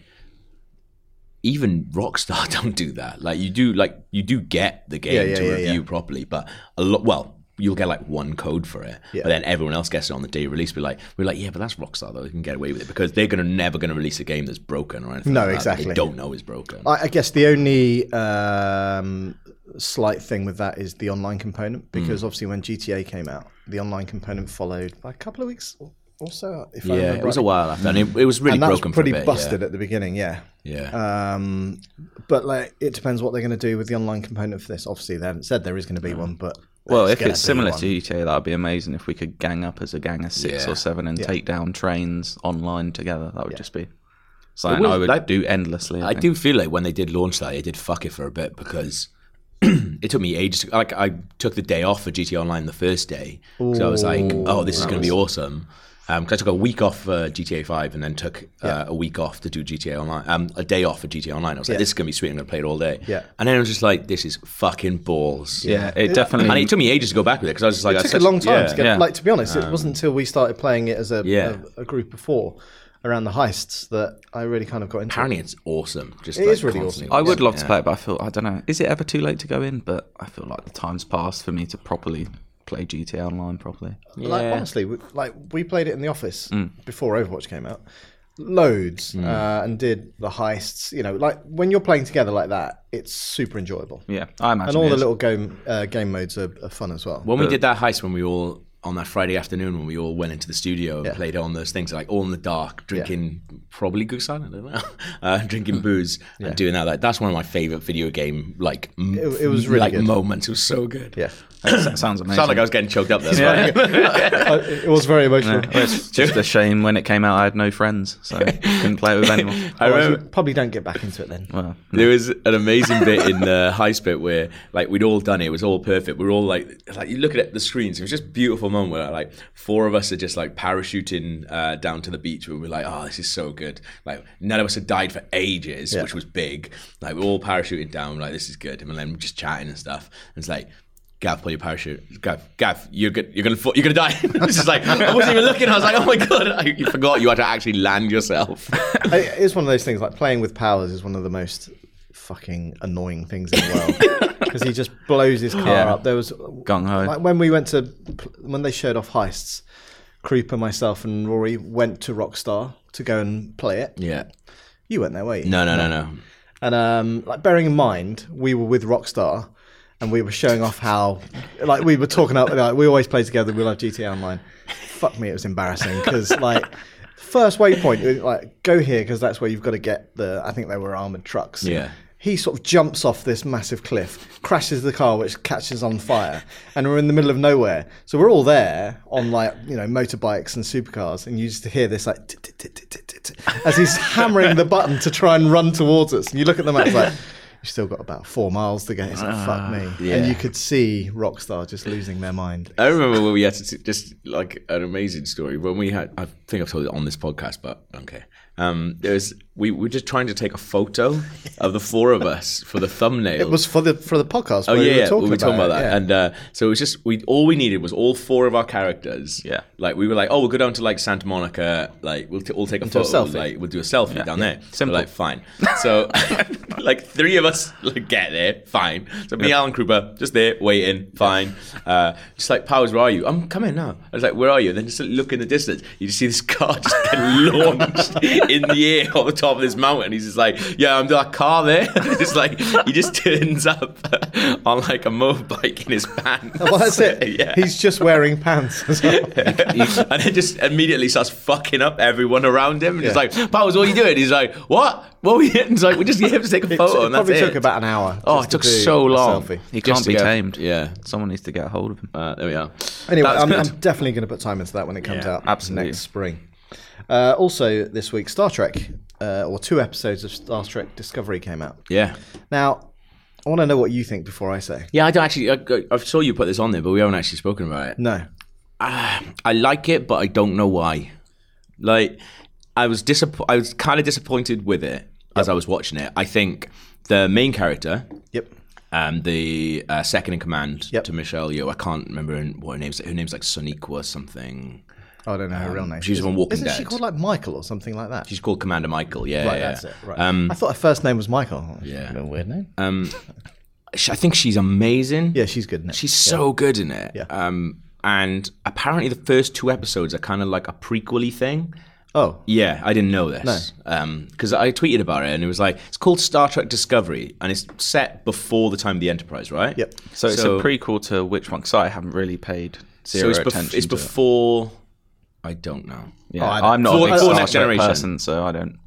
[SPEAKER 2] even Rockstar *laughs* don't do that. Like you do, like you do get the game
[SPEAKER 1] Yeah, yeah,
[SPEAKER 2] to
[SPEAKER 1] yeah,
[SPEAKER 2] review properly, but a lot. Well, you'll get like one code for it, but then everyone else gets it on the day of release. We're like, we're like, yeah, but that's Rockstar though. They can get away with it because they're gonna never gonna release a game that's broken or anything.
[SPEAKER 1] No,
[SPEAKER 2] like that that
[SPEAKER 1] exactly.
[SPEAKER 2] They don't know is broken.
[SPEAKER 1] I, I guess the only um, slight thing with that is the online component,
[SPEAKER 2] Hmm.
[SPEAKER 1] because obviously when GTA came out, the online component followed by a couple of weeks or- or so. If I
[SPEAKER 2] yeah,
[SPEAKER 1] remember
[SPEAKER 2] it was
[SPEAKER 1] right.
[SPEAKER 2] a while after, and it, it was really
[SPEAKER 1] and that's
[SPEAKER 2] broken
[SPEAKER 1] pretty
[SPEAKER 2] for a bit.
[SPEAKER 1] busted at the beginning. Yeah,
[SPEAKER 2] Yeah. yeah.
[SPEAKER 1] Um, but like, it depends what they're going to do with the online component for this. Obviously, they haven't said there is going to be one, but
[SPEAKER 3] Well,
[SPEAKER 1] there's
[SPEAKER 3] if
[SPEAKER 1] gonna
[SPEAKER 3] it's
[SPEAKER 1] be
[SPEAKER 3] similar
[SPEAKER 1] one.
[SPEAKER 3] to GTA, that'd be amazing. If we could gang up as a gang of six
[SPEAKER 2] Yeah.
[SPEAKER 3] or seven and take down trains online together, that would just be something
[SPEAKER 2] was-
[SPEAKER 3] I would
[SPEAKER 2] that-
[SPEAKER 3] do endlessly. I,
[SPEAKER 2] I
[SPEAKER 3] think.
[SPEAKER 2] do feel like when they did launch that, they did fuck it for a bit because *clears throat* it took me ages. To, like I took the day off for GT Online the first day, so I was like, "Oh, this is going to be awesome." Um 'cause I took a week off for GTA Five and then took uh, a week off to do GTA Online, um, a day off for GTA Online. I was like, "This is going to be sweet. I'm going to play it all day."
[SPEAKER 1] Yeah.
[SPEAKER 2] and then I was just like, "This is fucking balls."
[SPEAKER 3] Yeah, it
[SPEAKER 2] and
[SPEAKER 3] definitely.
[SPEAKER 2] it took me ages to go back with it because I was just like,
[SPEAKER 1] It
[SPEAKER 2] "That's
[SPEAKER 1] took a
[SPEAKER 2] such-
[SPEAKER 1] long time
[SPEAKER 2] yeah.
[SPEAKER 1] to get.
[SPEAKER 3] Yeah. Um,
[SPEAKER 1] Like to be honest, it wasn't until we started playing it as a,
[SPEAKER 2] Yeah.
[SPEAKER 1] a, a group before around the heists that I really kind of got into. it.
[SPEAKER 2] Apparently, it's awesome. Just
[SPEAKER 1] It
[SPEAKER 2] like,
[SPEAKER 1] is really
[SPEAKER 2] constantly
[SPEAKER 3] I would love to play it, but I feel I don't know. Is it ever too late to go in? But I feel like the time's passed for me to properly play GTA Online properly.
[SPEAKER 1] Like honestly, we, like we played it in the office
[SPEAKER 3] Mm.
[SPEAKER 1] before Overwatch came out, loads, uh, and did the heists. You know, like when you're playing together like that, it's super enjoyable,
[SPEAKER 3] Yeah, I imagine.
[SPEAKER 1] and all
[SPEAKER 3] it
[SPEAKER 1] the
[SPEAKER 3] is.
[SPEAKER 1] little game uh, game modes are, are fun as well.
[SPEAKER 2] When we did that heist, when we all on that Friday afternoon, when we all went into the studio and played on those things, like all in the dark, drinking probably Goose Island, I don't know, *laughs* uh,
[SPEAKER 1] *laughs*
[SPEAKER 2] drinking booze and doing that. Like that's one of my favorite video game like m-
[SPEAKER 1] It- it was really
[SPEAKER 2] like
[SPEAKER 1] good.
[SPEAKER 2] moments. It was so good.
[SPEAKER 1] yeah,
[SPEAKER 2] *coughs*
[SPEAKER 3] That sounds amazing.
[SPEAKER 2] Sound like I was getting choked up
[SPEAKER 1] *laughs*
[SPEAKER 2] there. Yeah.
[SPEAKER 1] Uh, it was very emotional.
[SPEAKER 2] *laughs*
[SPEAKER 3] it's just a shame when it came out. I had no friends, so couldn't play it with anyone.
[SPEAKER 2] I
[SPEAKER 1] Otherwise,
[SPEAKER 2] remember
[SPEAKER 1] you probably don't get back into it then.
[SPEAKER 3] Well,
[SPEAKER 2] There was an amazing bit in the heist bit where like we'd all done it, it was all perfect. We were all like like you look at the screens, it was just a beautiful moment where like four of us are just like parachuting uh, down to the beach and we're like, Oh, this is so good. Like none of us had died for ages, which was big. Like we're all parachuting down, we're like, this is good. And then we're just chatting and stuff. And it's like Gav, pull your parachute. Gav, Gav, you're good. You're gonna fall, you're gonna die. *laughs* it's just like I wasn't even looking. I was like, oh my god, *laughs* I, you forgot you had to actually land yourself.
[SPEAKER 1] I- it's one of those things like playing with powers is one of the most fucking annoying things in the *laughs* world because he just blows his car
[SPEAKER 3] Yeah.
[SPEAKER 1] up. There was
[SPEAKER 3] gung ho.
[SPEAKER 1] like when we went to when they showed off heists. Creeper, myself, and Rory went to Rockstar to go and play it.
[SPEAKER 2] yeah.
[SPEAKER 1] You weren't there, were you?
[SPEAKER 2] No, no, no, no.
[SPEAKER 1] And um, like bearing in mind, we were with Rockstar, and we were showing off how, like, we were talking about like, we always play together. We love GTA Online. Fuck me, it was embarrassing because like. First waypoint, it was like go here because that's where you've got to get the. I think they were armored trucks.
[SPEAKER 2] Yeah.
[SPEAKER 1] He sort of jumps off this massive cliff, crashes the car, which catches on fire, and we're in the middle of nowhere. So we're all there on like you know motorbikes and supercars, and you just hear this like "Tit, tit, tit, tit, tit, tit, tit," as
[SPEAKER 2] *laughs*
[SPEAKER 1] he's hammering the button to try and run towards us. And you look at the map, it's like you've still got about four miles to go. It's like
[SPEAKER 2] Ah,
[SPEAKER 1] fuck me, and you could see Rockstar just losing their mind.
[SPEAKER 2] I remember when we had to t- just like an amazing story when we had. I think I've told it on this podcast, but okay. Um, there was we were just trying to take a photo of the four of us for the thumbnail.
[SPEAKER 1] It was for the for the podcast.
[SPEAKER 2] Oh
[SPEAKER 1] where
[SPEAKER 2] yeah,
[SPEAKER 1] we
[SPEAKER 2] yeah,
[SPEAKER 1] were talking,
[SPEAKER 2] we were talking about,
[SPEAKER 1] it,
[SPEAKER 2] that,
[SPEAKER 1] yeah.
[SPEAKER 2] and uh, so it was just we all we needed was all four of our characters.
[SPEAKER 3] Yeah.
[SPEAKER 2] like we were like, oh, we'll go down to like Santa Monica, like we'll t- all take a
[SPEAKER 1] do a
[SPEAKER 2] photo,
[SPEAKER 1] selfie.
[SPEAKER 2] like we'll do a selfie down there.
[SPEAKER 3] Simple.
[SPEAKER 2] We're like fine. So like three of us like, get there, fine. So me, Alan Kruger, just there waiting, fine. Uh, just like Powers, where are you? *laughs* I'm coming now. I was like, where are you? And then just look in the distance, you just see this car just get launched in the air on the top of this mountain. He's just like, yeah, I'm that car there. *laughs* it's like he just turns up *laughs* on like a motorbike in his pants.
[SPEAKER 1] Well, that's it.
[SPEAKER 2] *laughs* yeah.
[SPEAKER 1] He's just wearing pants. As well.
[SPEAKER 2] *laughs* and it just immediately starts fucking up everyone around him. And it's
[SPEAKER 1] Yeah.
[SPEAKER 2] like, Powers, what are you doing? He's like, what? What were you doing? He's like, we're just here to take a
[SPEAKER 1] It,
[SPEAKER 2] photo.
[SPEAKER 1] it
[SPEAKER 2] and that's
[SPEAKER 1] probably
[SPEAKER 2] it.
[SPEAKER 1] took about an hour.
[SPEAKER 2] Oh,
[SPEAKER 1] just to
[SPEAKER 2] it took
[SPEAKER 1] do
[SPEAKER 2] so
[SPEAKER 1] a
[SPEAKER 2] long.
[SPEAKER 1] selfie.
[SPEAKER 3] He
[SPEAKER 2] Just
[SPEAKER 3] can't
[SPEAKER 2] to
[SPEAKER 3] be
[SPEAKER 2] go-
[SPEAKER 3] tamed.
[SPEAKER 2] Yeah.
[SPEAKER 3] Someone needs to get a hold of him.
[SPEAKER 2] Uh, there we are.
[SPEAKER 1] Anyway,
[SPEAKER 2] That's
[SPEAKER 1] I'm,
[SPEAKER 2] good.
[SPEAKER 1] I'm definitely going to put time into that when it comes out
[SPEAKER 3] absolutely.
[SPEAKER 1] next spring. Uh, also, this week, Star Trek, uh, or two episodes of Star Trek Discovery came out.
[SPEAKER 2] yeah.
[SPEAKER 1] Now, I want to know what you think before I say.
[SPEAKER 2] Yeah, I don't actually. I, I saw you put this on there, but we haven't actually spoken about it.
[SPEAKER 1] No.
[SPEAKER 2] I like it, but I don't know why. Like, I was disapp- I was kind of disappointed with it as I was watching it. I think the main character,
[SPEAKER 1] Yep.
[SPEAKER 2] um, the uh, second in command
[SPEAKER 1] Yep.
[SPEAKER 2] to Michelle Yeoh, I can't remember her- what her name's. Her name's like Soniqua something.
[SPEAKER 1] Oh, I don't know her real name.
[SPEAKER 2] Um, she's
[SPEAKER 1] Is-
[SPEAKER 2] on Walking
[SPEAKER 1] Isn't she
[SPEAKER 2] Dead.
[SPEAKER 1] called like Michael or something like that?
[SPEAKER 2] She's called Commander Michael. Yeah,
[SPEAKER 1] right,
[SPEAKER 2] yeah.
[SPEAKER 1] that's it. Right.
[SPEAKER 2] Um,
[SPEAKER 1] I thought her first name was Michael. A
[SPEAKER 2] Yeah.
[SPEAKER 1] little weird name.
[SPEAKER 2] um, sh- I think she's amazing.
[SPEAKER 1] yeah, she's good in it.
[SPEAKER 2] She's so good in it.
[SPEAKER 1] Yeah.
[SPEAKER 2] Um, and apparently the first two episodes are kind of like a prequely thing.
[SPEAKER 1] oh,
[SPEAKER 2] Yeah, I didn't know this. Because I tweeted about it and it was like, it's called Star Trek Discovery and it's set before the time of the Enterprise, right?
[SPEAKER 1] Yep.
[SPEAKER 3] So it's
[SPEAKER 2] So-
[SPEAKER 3] a prequel to which one? Because I haven't really paid
[SPEAKER 2] So
[SPEAKER 3] zero
[SPEAKER 2] it's, bef-
[SPEAKER 3] attention.
[SPEAKER 2] it's
[SPEAKER 3] to it.
[SPEAKER 2] before. I don't know.
[SPEAKER 3] Yeah,
[SPEAKER 1] Oh, I don't-
[SPEAKER 3] I'm not
[SPEAKER 2] Before-
[SPEAKER 3] a big
[SPEAKER 2] before
[SPEAKER 3] Star
[SPEAKER 2] Next
[SPEAKER 3] Trek
[SPEAKER 2] Generation.
[SPEAKER 3] person, so I don't.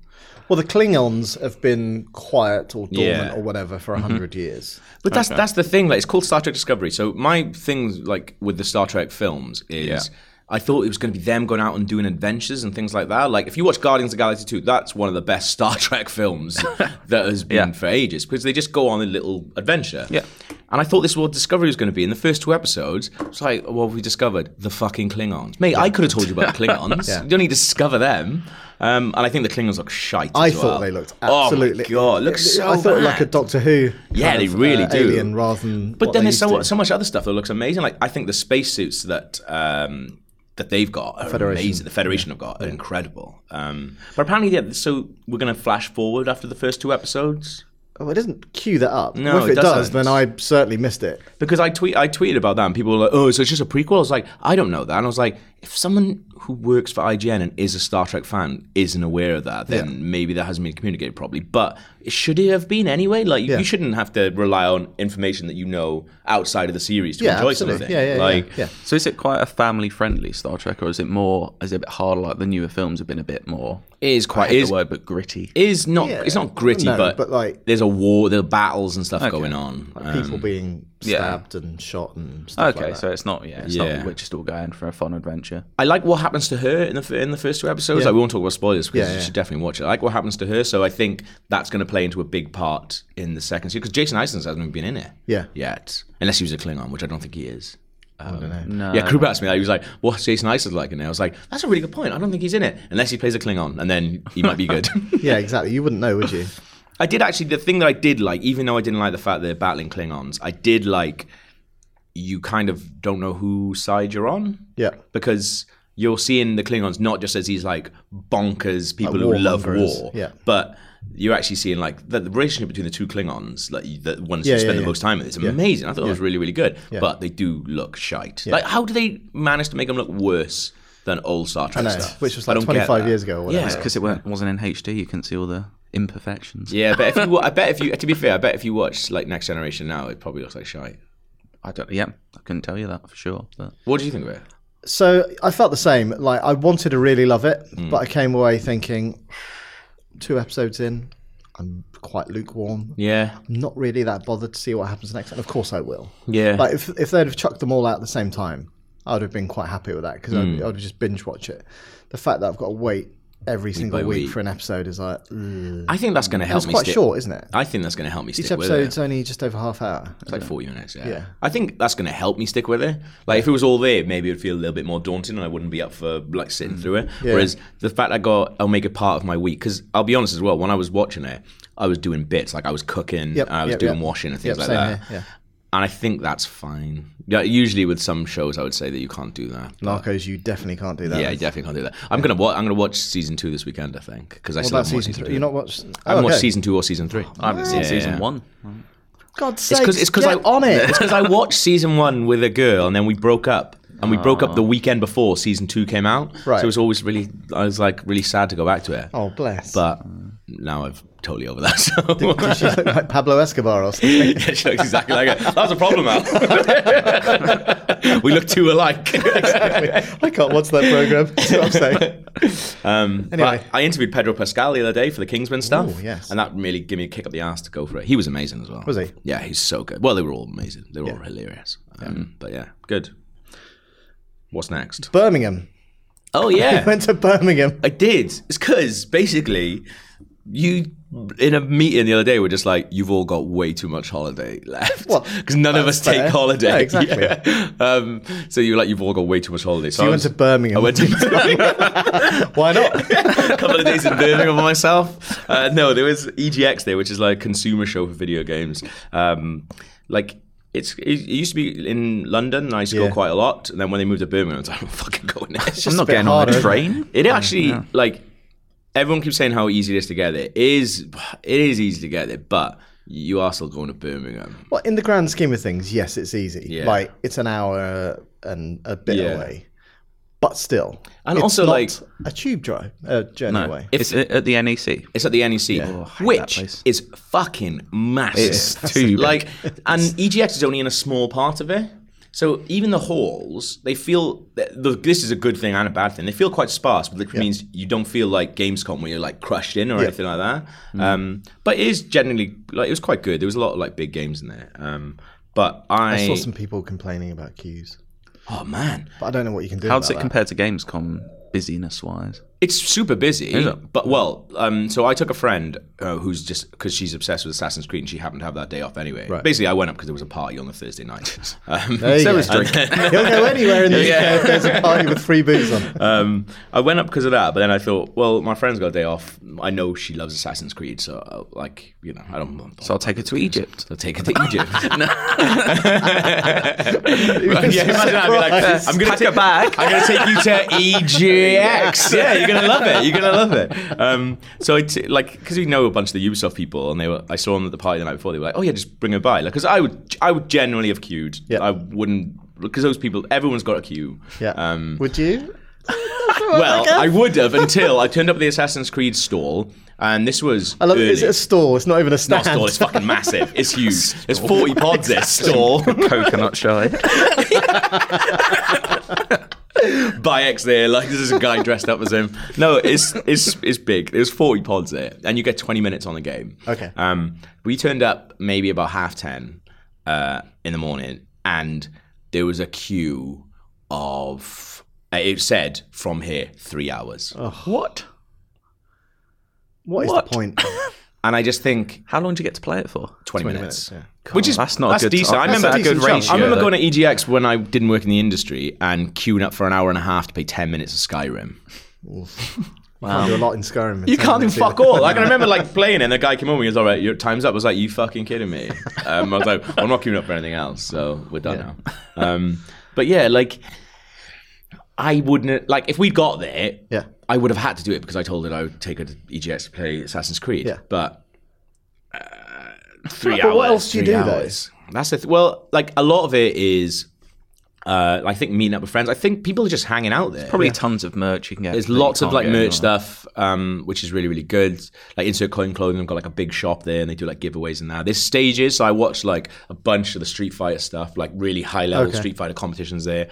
[SPEAKER 1] Well, the Klingons have been quiet or dormant
[SPEAKER 2] Yeah. Mm-hmm.
[SPEAKER 1] or whatever for a 100 years.
[SPEAKER 2] But that's that's the thing. Like, it's called Star Trek Discovery. So my thing, like with the Star Trek films, is I thought it was going to be them going out and doing adventures and things like that. Like, if you watch Guardians of the Galaxy two, that's one of the best *laughs* Star Trek films
[SPEAKER 1] *laughs*
[SPEAKER 2] that has been
[SPEAKER 3] Yeah.
[SPEAKER 2] for ages because they just go on a little adventure.
[SPEAKER 3] Yeah.
[SPEAKER 2] And I thought this is what Discovery was going to be. In the first two episodes, it's like, what have we discovered? The fucking Klingons. Mate, I could have told you
[SPEAKER 1] *laughs*
[SPEAKER 2] about the Klingons. You don't need to discover them. Um, and I think the Klingons look shite.
[SPEAKER 1] I
[SPEAKER 2] as
[SPEAKER 1] thought
[SPEAKER 2] well.
[SPEAKER 1] they looked
[SPEAKER 2] Oh
[SPEAKER 1] absolutely.
[SPEAKER 2] my god, looks so.
[SPEAKER 1] I thought like a
[SPEAKER 2] bad.
[SPEAKER 1] Doctor Who.
[SPEAKER 2] Yeah,
[SPEAKER 1] kind
[SPEAKER 2] they
[SPEAKER 1] of, uh,
[SPEAKER 2] really do.
[SPEAKER 1] Alien rather than.
[SPEAKER 2] But
[SPEAKER 1] what
[SPEAKER 2] then
[SPEAKER 1] they
[SPEAKER 2] there's
[SPEAKER 1] used
[SPEAKER 2] so,
[SPEAKER 1] to.
[SPEAKER 2] so much other stuff that looks amazing. Like I think the spacesuits that um, that they've got are amazing. The Federation have got are incredible. Um, but apparently, yeah. So we're gonna flash forward after the first two episodes
[SPEAKER 1] Oh, it doesn't cue that up.
[SPEAKER 2] No,
[SPEAKER 1] if
[SPEAKER 2] it
[SPEAKER 1] it, does,
[SPEAKER 2] doesn't.
[SPEAKER 1] then I certainly missed it.
[SPEAKER 2] because I tweet I tweeted about that and people were like, oh, so it's just a prequel. I was like, I don't know that. And I was like, if someone who works for IGN and is a Star Trek fan isn't aware of that, then maybe that hasn't been communicated properly. But it should it have been anyway? Like you shouldn't have to rely on information that you know outside of the series to
[SPEAKER 1] Yeah,
[SPEAKER 2] enjoy
[SPEAKER 1] absolutely.
[SPEAKER 2] something.
[SPEAKER 1] Yeah, yeah, yeah,
[SPEAKER 2] like,
[SPEAKER 1] yeah.
[SPEAKER 3] So is it quite a family-friendly Star Trek, or is it more? Is it a bit harder? Like the newer films have been a bit more.
[SPEAKER 2] It is quite
[SPEAKER 3] I hate
[SPEAKER 2] is
[SPEAKER 3] the word, but gritty.
[SPEAKER 2] is not it's not gritty,
[SPEAKER 1] No,
[SPEAKER 2] but,
[SPEAKER 1] but, like-
[SPEAKER 2] there's a war, there are battles and stuff going on. Um,
[SPEAKER 1] People being stabbed and shot and stuff
[SPEAKER 3] Okay,
[SPEAKER 1] like that.
[SPEAKER 3] so it's not. Yeah, it's
[SPEAKER 2] Yeah.
[SPEAKER 3] not. We're just all going for a fun adventure.
[SPEAKER 2] I like what happens to her in the f- in the first two episodes. Like we won't talk about spoilers because
[SPEAKER 1] Yeah,
[SPEAKER 2] you
[SPEAKER 1] yeah.
[SPEAKER 2] should definitely watch it. I like what happens to her, so I think that's going to play into a big part in the second season because Jason Isaacs hasn't even been in it.
[SPEAKER 1] Yeah.
[SPEAKER 2] yet unless he was a Klingon, which I don't think he is.
[SPEAKER 1] I
[SPEAKER 2] um,
[SPEAKER 1] don't know.
[SPEAKER 3] No.
[SPEAKER 2] yeah, Krupa asked me that. He was like, "What's Jason Isaacs like?" And I was like, "That's a really good point. I don't think he's in it unless he plays a Klingon, and then he might be good."
[SPEAKER 1] Yeah, exactly. You wouldn't know, would
[SPEAKER 2] *laughs*
[SPEAKER 1] you?
[SPEAKER 2] I did actually. The thing that I did like, even though I didn't like the fact they're battling Klingons, I did like you kind of don't know whose side you're on
[SPEAKER 1] Yeah.
[SPEAKER 2] because you're seeing the Klingons not just as these like bonkers people who love
[SPEAKER 1] warmongers,
[SPEAKER 2] war,
[SPEAKER 1] yeah.
[SPEAKER 2] but you're actually seeing like the, the relationship between the two Klingons, like you- the ones
[SPEAKER 1] Yeah,
[SPEAKER 2] who
[SPEAKER 1] yeah,
[SPEAKER 2] spend
[SPEAKER 1] yeah.
[SPEAKER 2] the most time with. It's amazing. I thought it was really, really good, but they do look shite. Like, how do they manage to make them look worse than old Star Trek
[SPEAKER 1] No,
[SPEAKER 2] stuff?
[SPEAKER 1] which was
[SPEAKER 2] I
[SPEAKER 1] like
[SPEAKER 2] don't get
[SPEAKER 1] 25
[SPEAKER 2] that.
[SPEAKER 1] years ago or whatever.
[SPEAKER 2] Yeah.
[SPEAKER 3] Because it weren't, wasn't in HD, you couldn't see all the imperfections.
[SPEAKER 2] Yeah, but if you, wa- I bet if you, to be fair, I bet if you watch like Next Generation now, it probably looks like shite.
[SPEAKER 3] I don't. Yeah, I couldn't tell you that for sure. But
[SPEAKER 2] What do you think of it?
[SPEAKER 1] So I felt the same. Like, I wanted to really love it,
[SPEAKER 2] Hmm.
[SPEAKER 1] but I came away thinking, two episodes in, I'm quite lukewarm.
[SPEAKER 2] Yeah,
[SPEAKER 1] I'm not really that bothered to see what happens next. And of course I will.
[SPEAKER 2] yeah,
[SPEAKER 1] Like if, if they'd have chucked them all out at the same time, I'd have been quite happy with that because
[SPEAKER 2] Hmm.
[SPEAKER 1] I'd, I'd just binge watch it. The fact that I've got to wait every single
[SPEAKER 2] by
[SPEAKER 1] week,
[SPEAKER 2] week.
[SPEAKER 1] for an episode is like ugh.
[SPEAKER 2] I think that's going to help
[SPEAKER 1] it's
[SPEAKER 2] me.
[SPEAKER 1] quite
[SPEAKER 2] stick-
[SPEAKER 1] short, isn't it?
[SPEAKER 2] I think that's going to help me stick
[SPEAKER 1] Each
[SPEAKER 2] with it.
[SPEAKER 1] episode's only just over half hour.
[SPEAKER 2] It's like forty minutes. Yeah.
[SPEAKER 1] Yeah.
[SPEAKER 2] I think that's going to help me stick with it. Like if it was all there, maybe it'd feel a little bit more daunting, and I wouldn't be up for like sitting
[SPEAKER 1] Mm.
[SPEAKER 2] through it. Whereas the fact I got, I'll make it part of my week because I'll be honest as well. When I was watching it, I was doing bits like I was cooking,
[SPEAKER 1] Yep,
[SPEAKER 2] and I was
[SPEAKER 1] yep,
[SPEAKER 2] doing
[SPEAKER 1] yep.
[SPEAKER 2] washing and things
[SPEAKER 1] Yep,
[SPEAKER 2] like
[SPEAKER 1] same
[SPEAKER 2] that.
[SPEAKER 1] here, yeah.
[SPEAKER 2] And I think that's fine. Yeah, usually with some shows, I would say that you can't do that.
[SPEAKER 1] Narcos, you definitely can't do that.
[SPEAKER 2] Yeah, you definitely can't do that. I'm gonna watch. I'm gonna watch season two this weekend. I think because I
[SPEAKER 1] What
[SPEAKER 2] still
[SPEAKER 1] about
[SPEAKER 2] haven't watched
[SPEAKER 1] season three? You not watched?
[SPEAKER 2] I haven't
[SPEAKER 1] oh,
[SPEAKER 2] watched
[SPEAKER 1] okay.
[SPEAKER 2] season two or season three.
[SPEAKER 3] I haven't seen
[SPEAKER 2] Yeah,
[SPEAKER 3] season
[SPEAKER 2] yeah.
[SPEAKER 3] one.
[SPEAKER 1] God's
[SPEAKER 2] It's
[SPEAKER 1] sake!
[SPEAKER 2] because *laughs* it's because I
[SPEAKER 1] on it. *laughs*
[SPEAKER 2] It's because I watched season one with a girl and then we broke up. and we broke up the weekend before season two came out.
[SPEAKER 1] Ah. Right.
[SPEAKER 2] So it was always really, I was like really sad to go back to it.
[SPEAKER 1] Oh, bless.
[SPEAKER 2] But now I've totally over that. *laughs* So
[SPEAKER 1] she looked like Pablo Escobar or
[SPEAKER 2] *laughs*
[SPEAKER 1] something.
[SPEAKER 2] yeah, she looks exactly like it. That's a problem, Al. *laughs* we look too alike.
[SPEAKER 1] *laughs* I can't watch that program. That's what I'm
[SPEAKER 2] *laughs*
[SPEAKER 1] saying.
[SPEAKER 2] Um,
[SPEAKER 1] Anyway.
[SPEAKER 2] but I interviewed Pedro Pascal the other day for the Kingsman stuff.
[SPEAKER 1] Ooh, yes.
[SPEAKER 2] And that really gave me a kick up the ass to go for it. He was amazing as well.
[SPEAKER 1] Was he?
[SPEAKER 2] Yeah, he's so good. Well, they were all amazing. They were all hilarious. Um, But yeah, good. What's next?
[SPEAKER 1] Birmingham.
[SPEAKER 2] Oh,
[SPEAKER 1] I
[SPEAKER 2] yeah.
[SPEAKER 1] went to Birmingham.
[SPEAKER 2] *laughs* I did. It's because basically, you in a meeting the other day were just like, "You've all got way too much holiday left."
[SPEAKER 1] Well,
[SPEAKER 2] Because none of us
[SPEAKER 1] that's
[SPEAKER 2] take
[SPEAKER 1] fair.
[SPEAKER 2] holiday.
[SPEAKER 1] Yeah, exactly.
[SPEAKER 2] Yeah. *laughs* Um, so you were like, "You've all got way too much holiday." So
[SPEAKER 1] You
[SPEAKER 2] I
[SPEAKER 1] went
[SPEAKER 2] was-
[SPEAKER 1] to Birmingham.
[SPEAKER 2] *laughs* I
[SPEAKER 1] *laughs*
[SPEAKER 2] went to *laughs*
[SPEAKER 1] Why not?
[SPEAKER 2] a *laughs* couple of days in Birmingham by myself. Uh, no, there was EGX there, which is like a consumer show for video games. Um, like. It's, it it used to be in London, and I used to
[SPEAKER 1] Yeah.
[SPEAKER 2] go quite a lot. And then when they moved to Birmingham, I was like, I'm fucking
[SPEAKER 1] *laughs*
[SPEAKER 2] going there.
[SPEAKER 1] just
[SPEAKER 3] I'm
[SPEAKER 1] a
[SPEAKER 3] not
[SPEAKER 1] bit
[SPEAKER 3] getting on
[SPEAKER 1] harder.
[SPEAKER 3] the train.
[SPEAKER 2] It actually like everyone keeps saying how easy it is to get there. It is it is easy to get there, but you are still going to Birmingham.
[SPEAKER 1] Well, in the grand scheme of things, yes, it's easy.
[SPEAKER 2] Yeah.
[SPEAKER 1] Like it's an hour and a bit
[SPEAKER 2] Yeah.
[SPEAKER 1] away, but still,
[SPEAKER 2] And
[SPEAKER 1] it's
[SPEAKER 2] also,
[SPEAKER 1] not
[SPEAKER 2] like-
[SPEAKER 1] a tube drive uh, journey
[SPEAKER 3] No,
[SPEAKER 1] away.
[SPEAKER 3] it's at at the E NEC.
[SPEAKER 2] It's at the NEC,
[SPEAKER 3] Oh, I hate that
[SPEAKER 2] which
[SPEAKER 3] place.
[SPEAKER 2] is fucking massive.
[SPEAKER 3] It's too big.
[SPEAKER 2] *laughs* like, and EGX is only in a small part of it. So even the halls, they feel the, this is a good thing and a bad thing. They feel quite sparse, which means you don't feel like Gamescom where you're like crushed in or anything like that.
[SPEAKER 1] Mm.
[SPEAKER 2] Um, but it is generally like it was quite good. There was a lot of like big games in there. Um, but I,
[SPEAKER 1] I saw some people complaining about queues,
[SPEAKER 2] oh man,
[SPEAKER 1] but I don't know what you can do.
[SPEAKER 3] How does
[SPEAKER 1] about
[SPEAKER 3] it compare to Gamescom busyness wise?
[SPEAKER 2] It's super busy,
[SPEAKER 3] it?
[SPEAKER 2] but well, um, so I took a friend uh, who's just because she's obsessed with Assassin's Creed, and she happened to have that day off anyway.
[SPEAKER 1] Right.
[SPEAKER 2] Basically, I went up because there was a party on the Thursday
[SPEAKER 1] *laughs*
[SPEAKER 2] night. Um,
[SPEAKER 1] That. There you
[SPEAKER 3] So
[SPEAKER 1] go.
[SPEAKER 3] is drink.
[SPEAKER 1] *laughs* You'll go anywhere in the
[SPEAKER 2] *laughs* Yeah.
[SPEAKER 1] UK if there's a party with free booze on. *laughs*
[SPEAKER 2] um, I went up because of that, but then I thought, well, my friend's got a day off. I know she loves Assassin's Creed, so uh, like you know, I don't.
[SPEAKER 3] So I'll take it to Egypt.
[SPEAKER 2] I'll take it to
[SPEAKER 1] *laughs*
[SPEAKER 2] Egypt. No.
[SPEAKER 1] Yeah, imagine I'd be like, Surprise.
[SPEAKER 2] I'm gonna
[SPEAKER 3] Pack a bag.
[SPEAKER 2] I'm gonna take you to E EGX. *laughs* yeah, you're gonna love it. You're gonna love it. Um, so I t- like because we know a bunch of the Ubisoft people, and they were I saw them at the party the night before. They were like, oh yeah, just bring her by. Like, because I would I would generally have queued.
[SPEAKER 1] Yeah.
[SPEAKER 2] I wouldn't because those people, everyone's got a queue.
[SPEAKER 1] Yeah.
[SPEAKER 2] Um,
[SPEAKER 1] Would you?
[SPEAKER 2] well, I would have until I turned up at the Assassin's Creed stall, and this was
[SPEAKER 1] I love it.
[SPEAKER 2] early.
[SPEAKER 1] Is it a store? It's not even a stand.
[SPEAKER 2] not a stall. It's fucking massive. It's huge. There's 40 pods there. Stall.
[SPEAKER 3] Coconut shy.
[SPEAKER 2] Bayek's there, like this is a guy dressed up as him. No, it's it's it's big. There's 40 pods there, and you get 20 minutes on the game.
[SPEAKER 1] *laughs* Okay.
[SPEAKER 2] Um, we turned up maybe about half ten uh, in the morning, and there was a queue of uh, it said from here three hours,
[SPEAKER 3] what?
[SPEAKER 1] what is
[SPEAKER 3] What?
[SPEAKER 1] the
[SPEAKER 2] *laughs*
[SPEAKER 1] point?
[SPEAKER 2] and I just think
[SPEAKER 3] How long do you get to play it for?
[SPEAKER 2] 20,
[SPEAKER 1] 20
[SPEAKER 2] minutes.
[SPEAKER 1] minutes,
[SPEAKER 2] Which is
[SPEAKER 3] that's not
[SPEAKER 2] that's
[SPEAKER 3] a good.
[SPEAKER 2] decent. I
[SPEAKER 3] that's
[SPEAKER 2] remember
[SPEAKER 3] a
[SPEAKER 1] that
[SPEAKER 3] good
[SPEAKER 1] decent chunk.
[SPEAKER 3] ratio.
[SPEAKER 2] I remember
[SPEAKER 3] though.
[SPEAKER 2] going to EGX when I didn't work in the industry and queuing up for an hour and a half to pay 10 minutes of Skyrim.
[SPEAKER 1] Can't do a lot in Skyrim.
[SPEAKER 2] You can't
[SPEAKER 1] *laughs*
[SPEAKER 2] do fuck all. Like, I remember like playing it and the guy came over and he was all right, your time's up. I was like, you fucking kidding me? Um, I was like, I'm not queuing up for anything else, so we're done now. Um, but yeah, like, I wouldn't, like, if we got there,
[SPEAKER 1] Yeah.
[SPEAKER 2] I would have had to do it because I told her I would take her to EGX to play Assassin's Creed.
[SPEAKER 1] Yeah.
[SPEAKER 2] But uh, three hours.
[SPEAKER 1] But what else do you
[SPEAKER 2] three
[SPEAKER 1] do, though?
[SPEAKER 2] hours. That's the th- well, like a lot of it is, uh, I think meeting up with friends. I think people are just hanging out there.
[SPEAKER 3] Probably tons of merch you can get.
[SPEAKER 2] There's
[SPEAKER 3] that you
[SPEAKER 2] lots of
[SPEAKER 3] can't
[SPEAKER 2] like
[SPEAKER 3] get
[SPEAKER 2] merch
[SPEAKER 3] anywhere.
[SPEAKER 2] stuff, um, which is really really good. Like Insert Coin Clothing, I've got like a big shop there, and they do like giveaways and that. There's stages, so I watched like a bunch of the Street Fighter stuff, like really high level
[SPEAKER 1] Okay.
[SPEAKER 2] Street Fighter competitions there.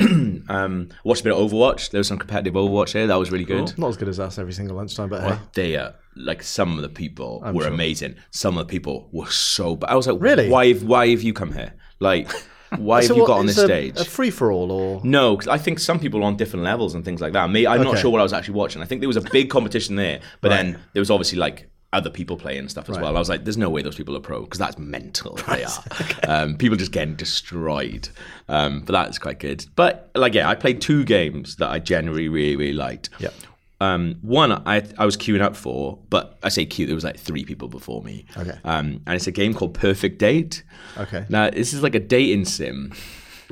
[SPEAKER 2] *clears throat* um, watched a bit of Overwatch. There was some competitive Overwatch there. That was really good.
[SPEAKER 1] Not as good as us every single lunchtime, but hey.
[SPEAKER 2] They are like some of the people were amazing. Some of the people were so bad. I was like,
[SPEAKER 1] Really?
[SPEAKER 2] Why? have- Why have you come here?
[SPEAKER 1] *laughs*
[SPEAKER 2] Like, why have you
[SPEAKER 1] what,
[SPEAKER 2] got on
[SPEAKER 1] it's
[SPEAKER 2] this
[SPEAKER 1] a,
[SPEAKER 2] stage?
[SPEAKER 1] A free for all, or
[SPEAKER 2] No, 'cause I think some people are on different levels and things like that. Me, I'm not
[SPEAKER 1] Okay.
[SPEAKER 2] sure what I was actually watching. I think there was a big competition there, but then there was obviously like other people playing and stuff as well. I was like, there's no way those people are pro because
[SPEAKER 1] *laughs*
[SPEAKER 2] that's mental. They are. Um, people just getting destroyed. Um, but that's quite good. But like, yeah, I played two games that I generally really, really liked. Yeah. Um, one I I was queuing up for, but I say queue. There was like three people before me.
[SPEAKER 1] Okay.
[SPEAKER 2] Um, and it's a game called Perfect Date.
[SPEAKER 1] Okay.
[SPEAKER 2] Now this is like a dating sim,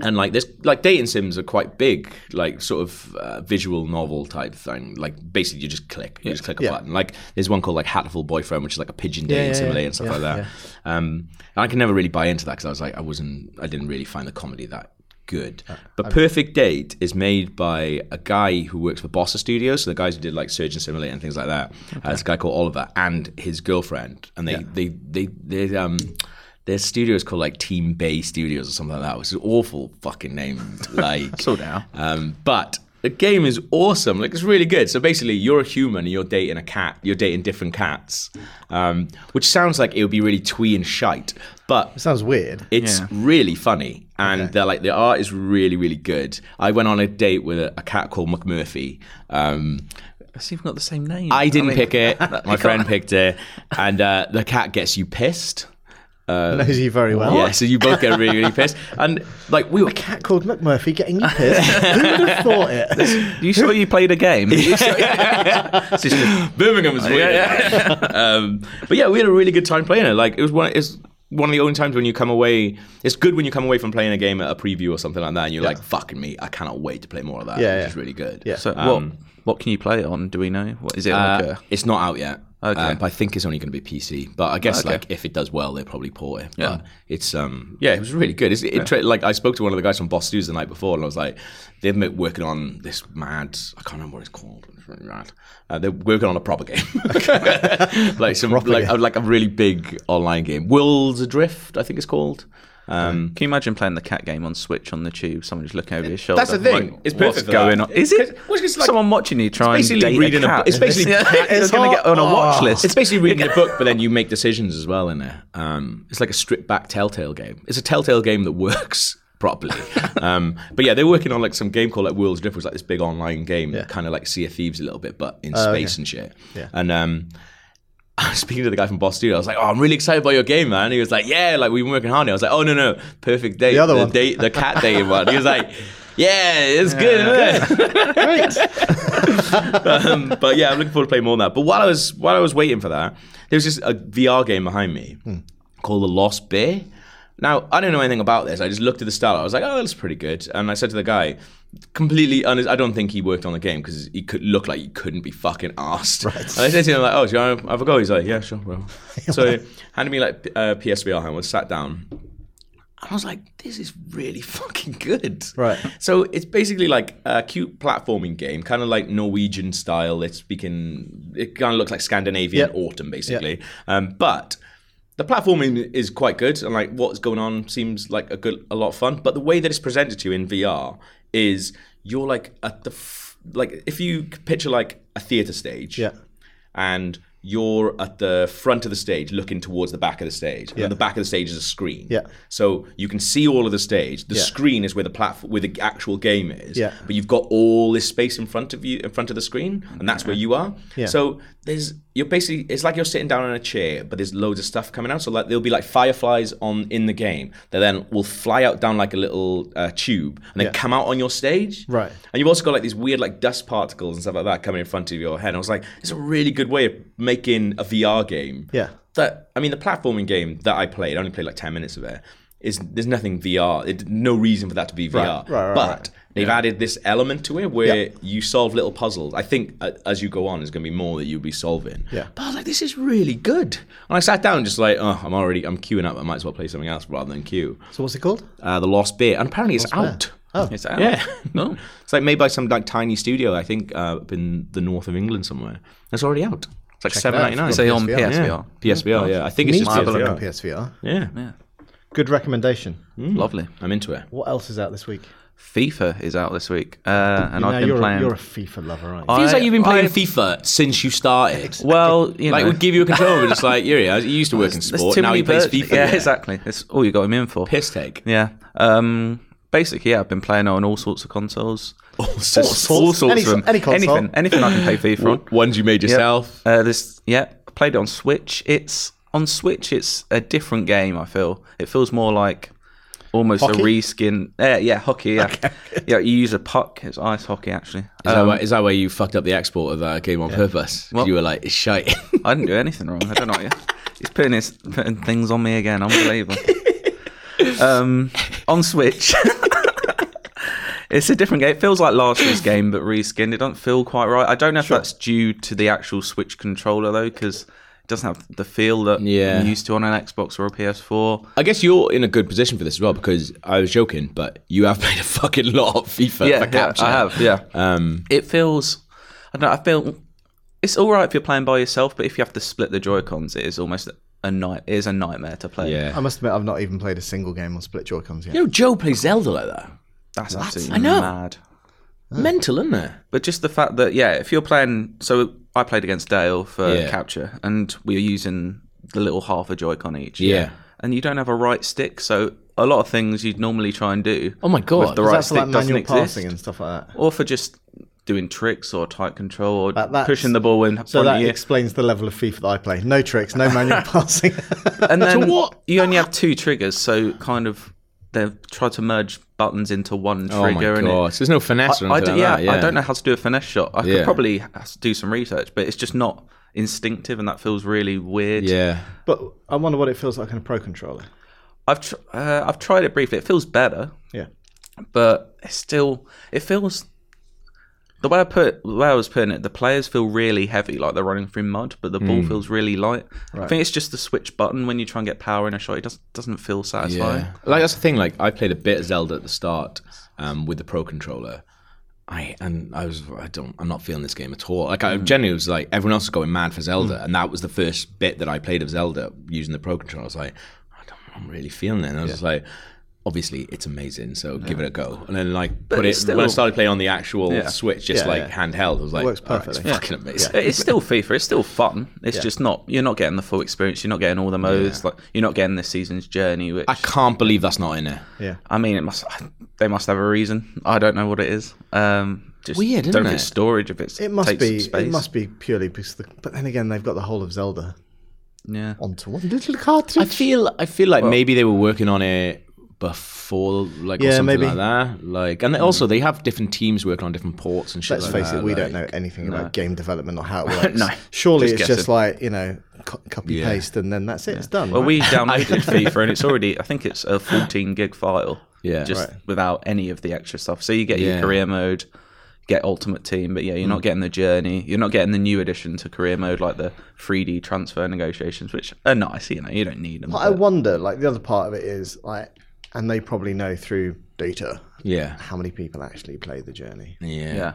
[SPEAKER 2] and like this, like dating sims are quite big, like sort of uh, visual novel type thing. Like basically, you just click, you just click a
[SPEAKER 1] Yeah.
[SPEAKER 2] button. Like there's one called like Hatful Boyfriend, which is like a pigeon dating
[SPEAKER 1] yeah,
[SPEAKER 2] simulator
[SPEAKER 1] yeah.
[SPEAKER 2] and stuff
[SPEAKER 1] Yeah,
[SPEAKER 2] like that. Um, and I can never really buy into that because I was like, I wasn't, I didn't really find the comedy that good.
[SPEAKER 1] Uh,
[SPEAKER 2] But Perfect Date is made by a guy who works for Bossa Studios. So the guys who did like Surgeon Simulator and things like that. Uh, it's a guy called Oliver and his girlfriend, and they they they they, um. Their studio is called like Team Bay Studios or something like that, which is an awful
[SPEAKER 1] *laughs*
[SPEAKER 2] fucking name. Like,
[SPEAKER 3] So now.
[SPEAKER 2] um, but the game is awesome. Like it's really good. So basically, you're a human and you're dating a cat. You're dating different cats, um, which sounds like it would be really twee and shite, but
[SPEAKER 1] Sounds weird.
[SPEAKER 2] it's
[SPEAKER 3] Yeah.
[SPEAKER 2] really funny. And they're like the art is really really good. I went on a date with a, a cat called McMurphy. Um,
[SPEAKER 3] It's even got the same name.
[SPEAKER 2] I didn't
[SPEAKER 3] mean,
[SPEAKER 2] pick
[SPEAKER 3] *laughs*
[SPEAKER 2] it. My friend picked it, and uh, the cat gets you pissed.
[SPEAKER 3] Uh,
[SPEAKER 1] Knows you very
[SPEAKER 3] Oh.
[SPEAKER 1] well.
[SPEAKER 2] Yeah, so you both get really, really pissed. And like we were
[SPEAKER 1] Cat called McMurphy getting you pissed.
[SPEAKER 3] *laughs*
[SPEAKER 1] Who would have thought it?
[SPEAKER 3] You sure you played
[SPEAKER 2] *laughs*
[SPEAKER 3] a *laughs*
[SPEAKER 2] *gasps*
[SPEAKER 3] game?
[SPEAKER 2] Birmingham is weird. *laughs* um, but yeah, we had a really good time playing it. Like it was one. It's one of the only times when you come away. It's good when you come away from playing a game at a preview or something like that, and you're like, "Fucking me! I cannot wait to play more of that."
[SPEAKER 1] Yeah,
[SPEAKER 2] which
[SPEAKER 1] yeah.
[SPEAKER 2] is really good.
[SPEAKER 1] Yeah.
[SPEAKER 3] so
[SPEAKER 2] Um,
[SPEAKER 3] what? What can you play it on? Do we know? What is it?
[SPEAKER 2] Uh,
[SPEAKER 3] like a,
[SPEAKER 2] it's not out yet.
[SPEAKER 3] Okay.
[SPEAKER 2] Um, but I think it's only going to be PC. But I guess
[SPEAKER 3] Okay.
[SPEAKER 2] like if it does well, they'll probably port it.
[SPEAKER 3] Yeah.
[SPEAKER 2] But it's um yeah, it was really good. It's, it, tra- like I spoke to one of the guys from Boss Studios the night before, and I was like, they've been working on this mad. I can't remember what it's called. but It's really mad. Uh, they're working on a proper game, *laughs* like some like a, like a really big online game. Worlds Adrift, I think it's called. Um,
[SPEAKER 3] Can you imagine playing the cat game on Switch on the tube? Someone just looking over your shoulder.
[SPEAKER 2] that's the thing.
[SPEAKER 3] Like,
[SPEAKER 2] It's
[SPEAKER 3] what's
[SPEAKER 2] perfect for
[SPEAKER 3] going
[SPEAKER 2] that.
[SPEAKER 3] on? Is it?
[SPEAKER 2] Well, it's like-
[SPEAKER 3] Someone watching you trying
[SPEAKER 2] basically
[SPEAKER 3] to date
[SPEAKER 2] reading a
[SPEAKER 3] a cat.
[SPEAKER 2] book. It's
[SPEAKER 3] *laughs*
[SPEAKER 2] basically-
[SPEAKER 3] it's
[SPEAKER 1] it's
[SPEAKER 3] going to
[SPEAKER 1] hard-
[SPEAKER 3] get on a watch
[SPEAKER 1] oh.
[SPEAKER 3] list.
[SPEAKER 2] Ah. It's basically reading a book, but then you make decisions as well in it. Um, it's like a stripped back Telltale game. It's a Telltale game that works *laughs* properly. um, but yeah, they're working on like some game called like World's Drift, which is like this big online game, kind of like Sea of Thieves a little bit, but in space and shit.
[SPEAKER 1] Yeah.
[SPEAKER 2] And um, *laughs* I was speaking to the guy from Boss Studio. I was like, "Oh, I'm really excited about your game, man." He was like, "Yeah, like we've been working hard." on it." I was like, "Oh no, no, perfect day, the
[SPEAKER 1] other one.
[SPEAKER 2] date- the cat day one." He was like, "Yeah, it's good." isn't it?"
[SPEAKER 1] Great.
[SPEAKER 2] um, but yeah, I'm looking forward to playing more on that. But while I was while I was waiting for that, there was just a VR game behind me called The Lost Bay. Now I don't know anything about this. I just looked at the style. I was like, oh, that's pretty good. And I said to the guy, completely honest, I don't think he worked on the game because he could look like he couldn't be fucking asked. And I said to him like, oh, do you want to have a go? He's like, yeah, sure, bro. so he handed me like uh, a PSVR helmet, sat down. And I was like, this is really fucking good.
[SPEAKER 1] Right.
[SPEAKER 2] So it's basically like a cute platforming game, kind of like Norwegian style. It's speaking, it kind of looks like Scandinavian
[SPEAKER 1] Yep.
[SPEAKER 2] autumn, basically. Um, but the platforming is quite good, and like what's going on seems like a good, a lot of fun. But the way that it's presented to you in VR is you're like at the, f- like if you picture like a theater stage,
[SPEAKER 1] Yeah.
[SPEAKER 2] and you're at the front of the stage looking towards the back of the stage. And the back of the stage is a screen.
[SPEAKER 1] Yeah.
[SPEAKER 2] So you can see all of the stage. The
[SPEAKER 1] Yeah.
[SPEAKER 2] screen is where the platform where the actual game is.
[SPEAKER 1] Yeah.
[SPEAKER 2] But you've got all this space in front of you in front of the screen and that's where you are.
[SPEAKER 1] Yeah.
[SPEAKER 2] So there's you're basically it's like you're sitting down in a chair, but there's loads of stuff coming out. So like there'll be like fireflies on in the game that then will fly out down like a little uh, tube and then
[SPEAKER 1] Yeah.
[SPEAKER 2] come out on your stage.
[SPEAKER 1] Right.
[SPEAKER 2] And you've also got like these weird like dust particles and stuff like that coming in front of your head. And I was like, it's a really good way of making a VR game.
[SPEAKER 1] Yeah.
[SPEAKER 2] That I mean, the platforming game that I played, I only played like ten minutes of it. Is there's nothing VR? It, no reason for that to be
[SPEAKER 1] right,
[SPEAKER 2] VR.
[SPEAKER 1] right,
[SPEAKER 2] but
[SPEAKER 1] right.
[SPEAKER 2] they've added this element to it where
[SPEAKER 1] Yeah.
[SPEAKER 2] you solve little puzzles. I think uh, as you go on, there's going to be more that you'll be solving.
[SPEAKER 1] Yeah.
[SPEAKER 2] But I was like, this is really good. And I sat down just like, oh, I'm already, I'm queuing up. I might as well play something else rather than queue.
[SPEAKER 1] So what's it called?
[SPEAKER 2] Uh, the Lost Bear, and apparently it's out.
[SPEAKER 1] Oh,
[SPEAKER 3] *laughs* It's out.
[SPEAKER 2] Yeah. *laughs*
[SPEAKER 3] No.
[SPEAKER 2] It's like made by some like tiny studio, I think, uh, up in the north of England somewhere. It's already out. It's like seven ninety nine.
[SPEAKER 1] out.
[SPEAKER 3] Say on
[SPEAKER 1] PSVR.
[SPEAKER 2] yeah.
[SPEAKER 3] PSVR.
[SPEAKER 2] PSVR, yeah. I think it's
[SPEAKER 1] need
[SPEAKER 2] just
[SPEAKER 1] to look
[SPEAKER 2] PSVR.
[SPEAKER 1] on PSVR.
[SPEAKER 2] Yeah.
[SPEAKER 3] Yeah.
[SPEAKER 1] Good recommendation.
[SPEAKER 2] Mm.
[SPEAKER 3] Lovely.
[SPEAKER 2] I'm into it.
[SPEAKER 1] What else is out this week?
[SPEAKER 3] FIFA is out this week, uh, and
[SPEAKER 1] now
[SPEAKER 3] I've been
[SPEAKER 1] you're
[SPEAKER 3] playing.
[SPEAKER 1] a, you're a FIFA lover, aren't you?
[SPEAKER 3] I-
[SPEAKER 2] Feels like you've been playing
[SPEAKER 3] I-
[SPEAKER 2] FIFA since you started.
[SPEAKER 3] well, you
[SPEAKER 2] Like
[SPEAKER 3] know,
[SPEAKER 2] we give you a controller, but it's like, here he is. You used to *laughs* work in
[SPEAKER 3] there's
[SPEAKER 2] sport.
[SPEAKER 3] too
[SPEAKER 2] Now
[SPEAKER 3] many
[SPEAKER 2] he plays
[SPEAKER 3] birds-
[SPEAKER 2] FIFA.
[SPEAKER 3] Yeah, *laughs* exactly. That's all you got him in for.
[SPEAKER 2] Piss *laughs* take.
[SPEAKER 3] Yeah. Um, basically, yeah, I've been playing on all sorts of consoles.
[SPEAKER 2] Oh,
[SPEAKER 3] All sorts, all sorts
[SPEAKER 1] Any
[SPEAKER 3] of them.
[SPEAKER 1] so- any console.
[SPEAKER 3] Anything, anything I can play FIFA on.
[SPEAKER 2] Ones you made
[SPEAKER 3] Yep.
[SPEAKER 2] yourself.
[SPEAKER 3] Uh, this, yeah, I played it on Switch. It's on Switch. It's a different game. I feel it feels more like almost a
[SPEAKER 1] Hockey?
[SPEAKER 3] reskin. Uh, yeah, hockey. Yeah, yeah. You use a puck. It's ice hockey actually.
[SPEAKER 2] Is, that why, is that why you fucked up the export of that game on purpose? 'Cause
[SPEAKER 3] Well-
[SPEAKER 2] you were like, it's shite. *laughs*
[SPEAKER 3] I didn't do anything wrong. I don't know. yeah. He's putting his putting things on me again. Unbelievable.
[SPEAKER 2] *laughs*
[SPEAKER 3] um, on Switch. *laughs* It's a different game. It feels like last year's game, but reskinned. It doesn't feel quite right. I don't know if that's due to the actual Switch controller though, because doesn't have the feel that
[SPEAKER 2] Yeah.
[SPEAKER 3] I'm used to on an Xbox or a PS4.
[SPEAKER 2] I guess you're in a good position for this as well because I was joking, but you have *laughs* played a fucking lot of FIFA
[SPEAKER 3] yeah,
[SPEAKER 2] for
[SPEAKER 3] yeah,
[SPEAKER 2] capture.
[SPEAKER 3] I have. Yeah,
[SPEAKER 2] Um,
[SPEAKER 3] it feels. I don't. know, I feel it's all right if you're playing by yourself, but if you have to split the Joy Cons, it is almost a night. It is a nightmare to play.
[SPEAKER 2] yeah.
[SPEAKER 1] I must admit, I've not even played a single game on split Joy-Cons yet.
[SPEAKER 2] Um, you know, Joe plays Zelda like that.
[SPEAKER 3] that's absolutely
[SPEAKER 2] I know.
[SPEAKER 3] mad.
[SPEAKER 2] Mental, isn't it?
[SPEAKER 3] But just the fact that yeah, if you're playing, so I played against Dale for
[SPEAKER 2] Yeah.
[SPEAKER 3] capture, and we were using the little half a Joy-Con each.
[SPEAKER 2] Yeah.
[SPEAKER 3] and you don't have a right stick, so a lot of things you'd normally try and do.
[SPEAKER 2] Oh my God.
[SPEAKER 3] with the
[SPEAKER 1] Is
[SPEAKER 2] Is
[SPEAKER 3] right
[SPEAKER 1] that for
[SPEAKER 3] stick
[SPEAKER 1] like
[SPEAKER 3] doesn't
[SPEAKER 1] manual
[SPEAKER 3] exist,
[SPEAKER 1] passing and stuff like that?
[SPEAKER 3] or for just doing tricks or tight control or
[SPEAKER 1] That- that's-
[SPEAKER 3] pushing the ball in
[SPEAKER 1] So
[SPEAKER 3] front
[SPEAKER 1] that
[SPEAKER 3] of you.
[SPEAKER 2] *laughs*
[SPEAKER 1] explains the level of FIFA that I play. No tricks, no
[SPEAKER 3] *laughs*
[SPEAKER 1] manual passing. *laughs*
[SPEAKER 3] and then
[SPEAKER 2] what?
[SPEAKER 3] you only have two triggers, so kind of they've tried to merge buttons into one
[SPEAKER 2] Oh
[SPEAKER 3] trigger.
[SPEAKER 2] my
[SPEAKER 3] and it-
[SPEAKER 2] god! So there's no finesse or
[SPEAKER 3] I
[SPEAKER 2] anything
[SPEAKER 3] don't,
[SPEAKER 2] like
[SPEAKER 3] yeah,
[SPEAKER 2] that, yeah,
[SPEAKER 3] I don't know how to do a finesse shot. I
[SPEAKER 2] Yeah.
[SPEAKER 3] could probably has to do some research, but it's just not instinctive, and that feels really weird.
[SPEAKER 2] Yeah,
[SPEAKER 1] but I wonder what it feels like in a pro controller.
[SPEAKER 3] I've tr- uh, I've tried it briefly. It feels better,
[SPEAKER 1] Yeah.
[SPEAKER 3] but it's still it feels the way I put the way I was putting it. The players feel really heavy, like they're running through mud, but the
[SPEAKER 2] Hmm.
[SPEAKER 3] ball feels really light. I think it's just the switch button when you try and get power in a shot. It doesn't doesn't feel satisfying.
[SPEAKER 2] yeah. Like that's the thing. Like I played a bit of Zelda at the start um, with the Pro controller. I and I was I don't I'm not feeling this game at all. Like I
[SPEAKER 1] Hmm.
[SPEAKER 2] genuinely was like everyone else was going mad for Zelda, and that was the first bit that I played of Zelda using the Pro controller. I was like, I don't, I'm really feeling it. And I was just like. Obviously, it's amazing, so give it a go. And then, like, put it
[SPEAKER 3] it's still-
[SPEAKER 2] when I started playing on the actual
[SPEAKER 3] Yeah.
[SPEAKER 2] Switch, just
[SPEAKER 1] Yeah, yeah.
[SPEAKER 2] like handheld, I was like,
[SPEAKER 1] works
[SPEAKER 2] "Oh, it's
[SPEAKER 1] perfectly."
[SPEAKER 2] fucking amazing.
[SPEAKER 3] It's still FIFA. It's still fun. It's just not. You're not getting the full experience. You're not getting all the modes. Like you're not getting this season's journey. Which
[SPEAKER 2] I can't believe that's not in there.
[SPEAKER 1] Yeah.
[SPEAKER 3] I mean, it must. They must have a reason. I don't know what it is. Um, just
[SPEAKER 2] Weird,
[SPEAKER 3] don't
[SPEAKER 2] isn't
[SPEAKER 3] know if
[SPEAKER 2] it?
[SPEAKER 3] it's storage. If it's
[SPEAKER 1] It must
[SPEAKER 3] takes
[SPEAKER 1] be.
[SPEAKER 3] up space.
[SPEAKER 1] It must be purely because. The, but then again, they've got the whole of Zelda
[SPEAKER 3] Yeah.
[SPEAKER 1] onto one little cartridge.
[SPEAKER 2] I feel I feel like maybe they were working on it before, like or
[SPEAKER 1] Yeah,
[SPEAKER 2] something
[SPEAKER 1] maybe. Hmm.
[SPEAKER 2] like that. Like, and they- also they have different teams working on different ports and shit.
[SPEAKER 1] Let's
[SPEAKER 2] like
[SPEAKER 1] face
[SPEAKER 2] that,
[SPEAKER 1] it, we
[SPEAKER 2] like-
[SPEAKER 1] don't know anything about game development or how it works.
[SPEAKER 3] No,
[SPEAKER 1] Surely
[SPEAKER 3] just
[SPEAKER 1] it's just
[SPEAKER 3] guessing.
[SPEAKER 1] like you know, co- copy
[SPEAKER 2] Yeah.
[SPEAKER 1] paste, and then that's it. It's done.
[SPEAKER 3] Well,
[SPEAKER 1] right? *laughs*
[SPEAKER 3] we downloaded FIFA, and it's already. I think it's a 14 gig file.
[SPEAKER 2] Yeah.
[SPEAKER 3] Just
[SPEAKER 1] Right.
[SPEAKER 3] without any of the extra stuff. So you get
[SPEAKER 2] Yeah. Mm.
[SPEAKER 3] your career mode, get Ultimate Team, but yeah, you're not getting the journey. You're not getting the new addition to career mode, like the 3D transfer negotiations, which are nice. You know, you don't need them.
[SPEAKER 1] I
[SPEAKER 3] but-
[SPEAKER 1] wonder. Like the other part of it is like, and they probably know through data
[SPEAKER 2] Yeah,
[SPEAKER 1] how many people actually play the journey.
[SPEAKER 2] yeah,
[SPEAKER 3] yeah.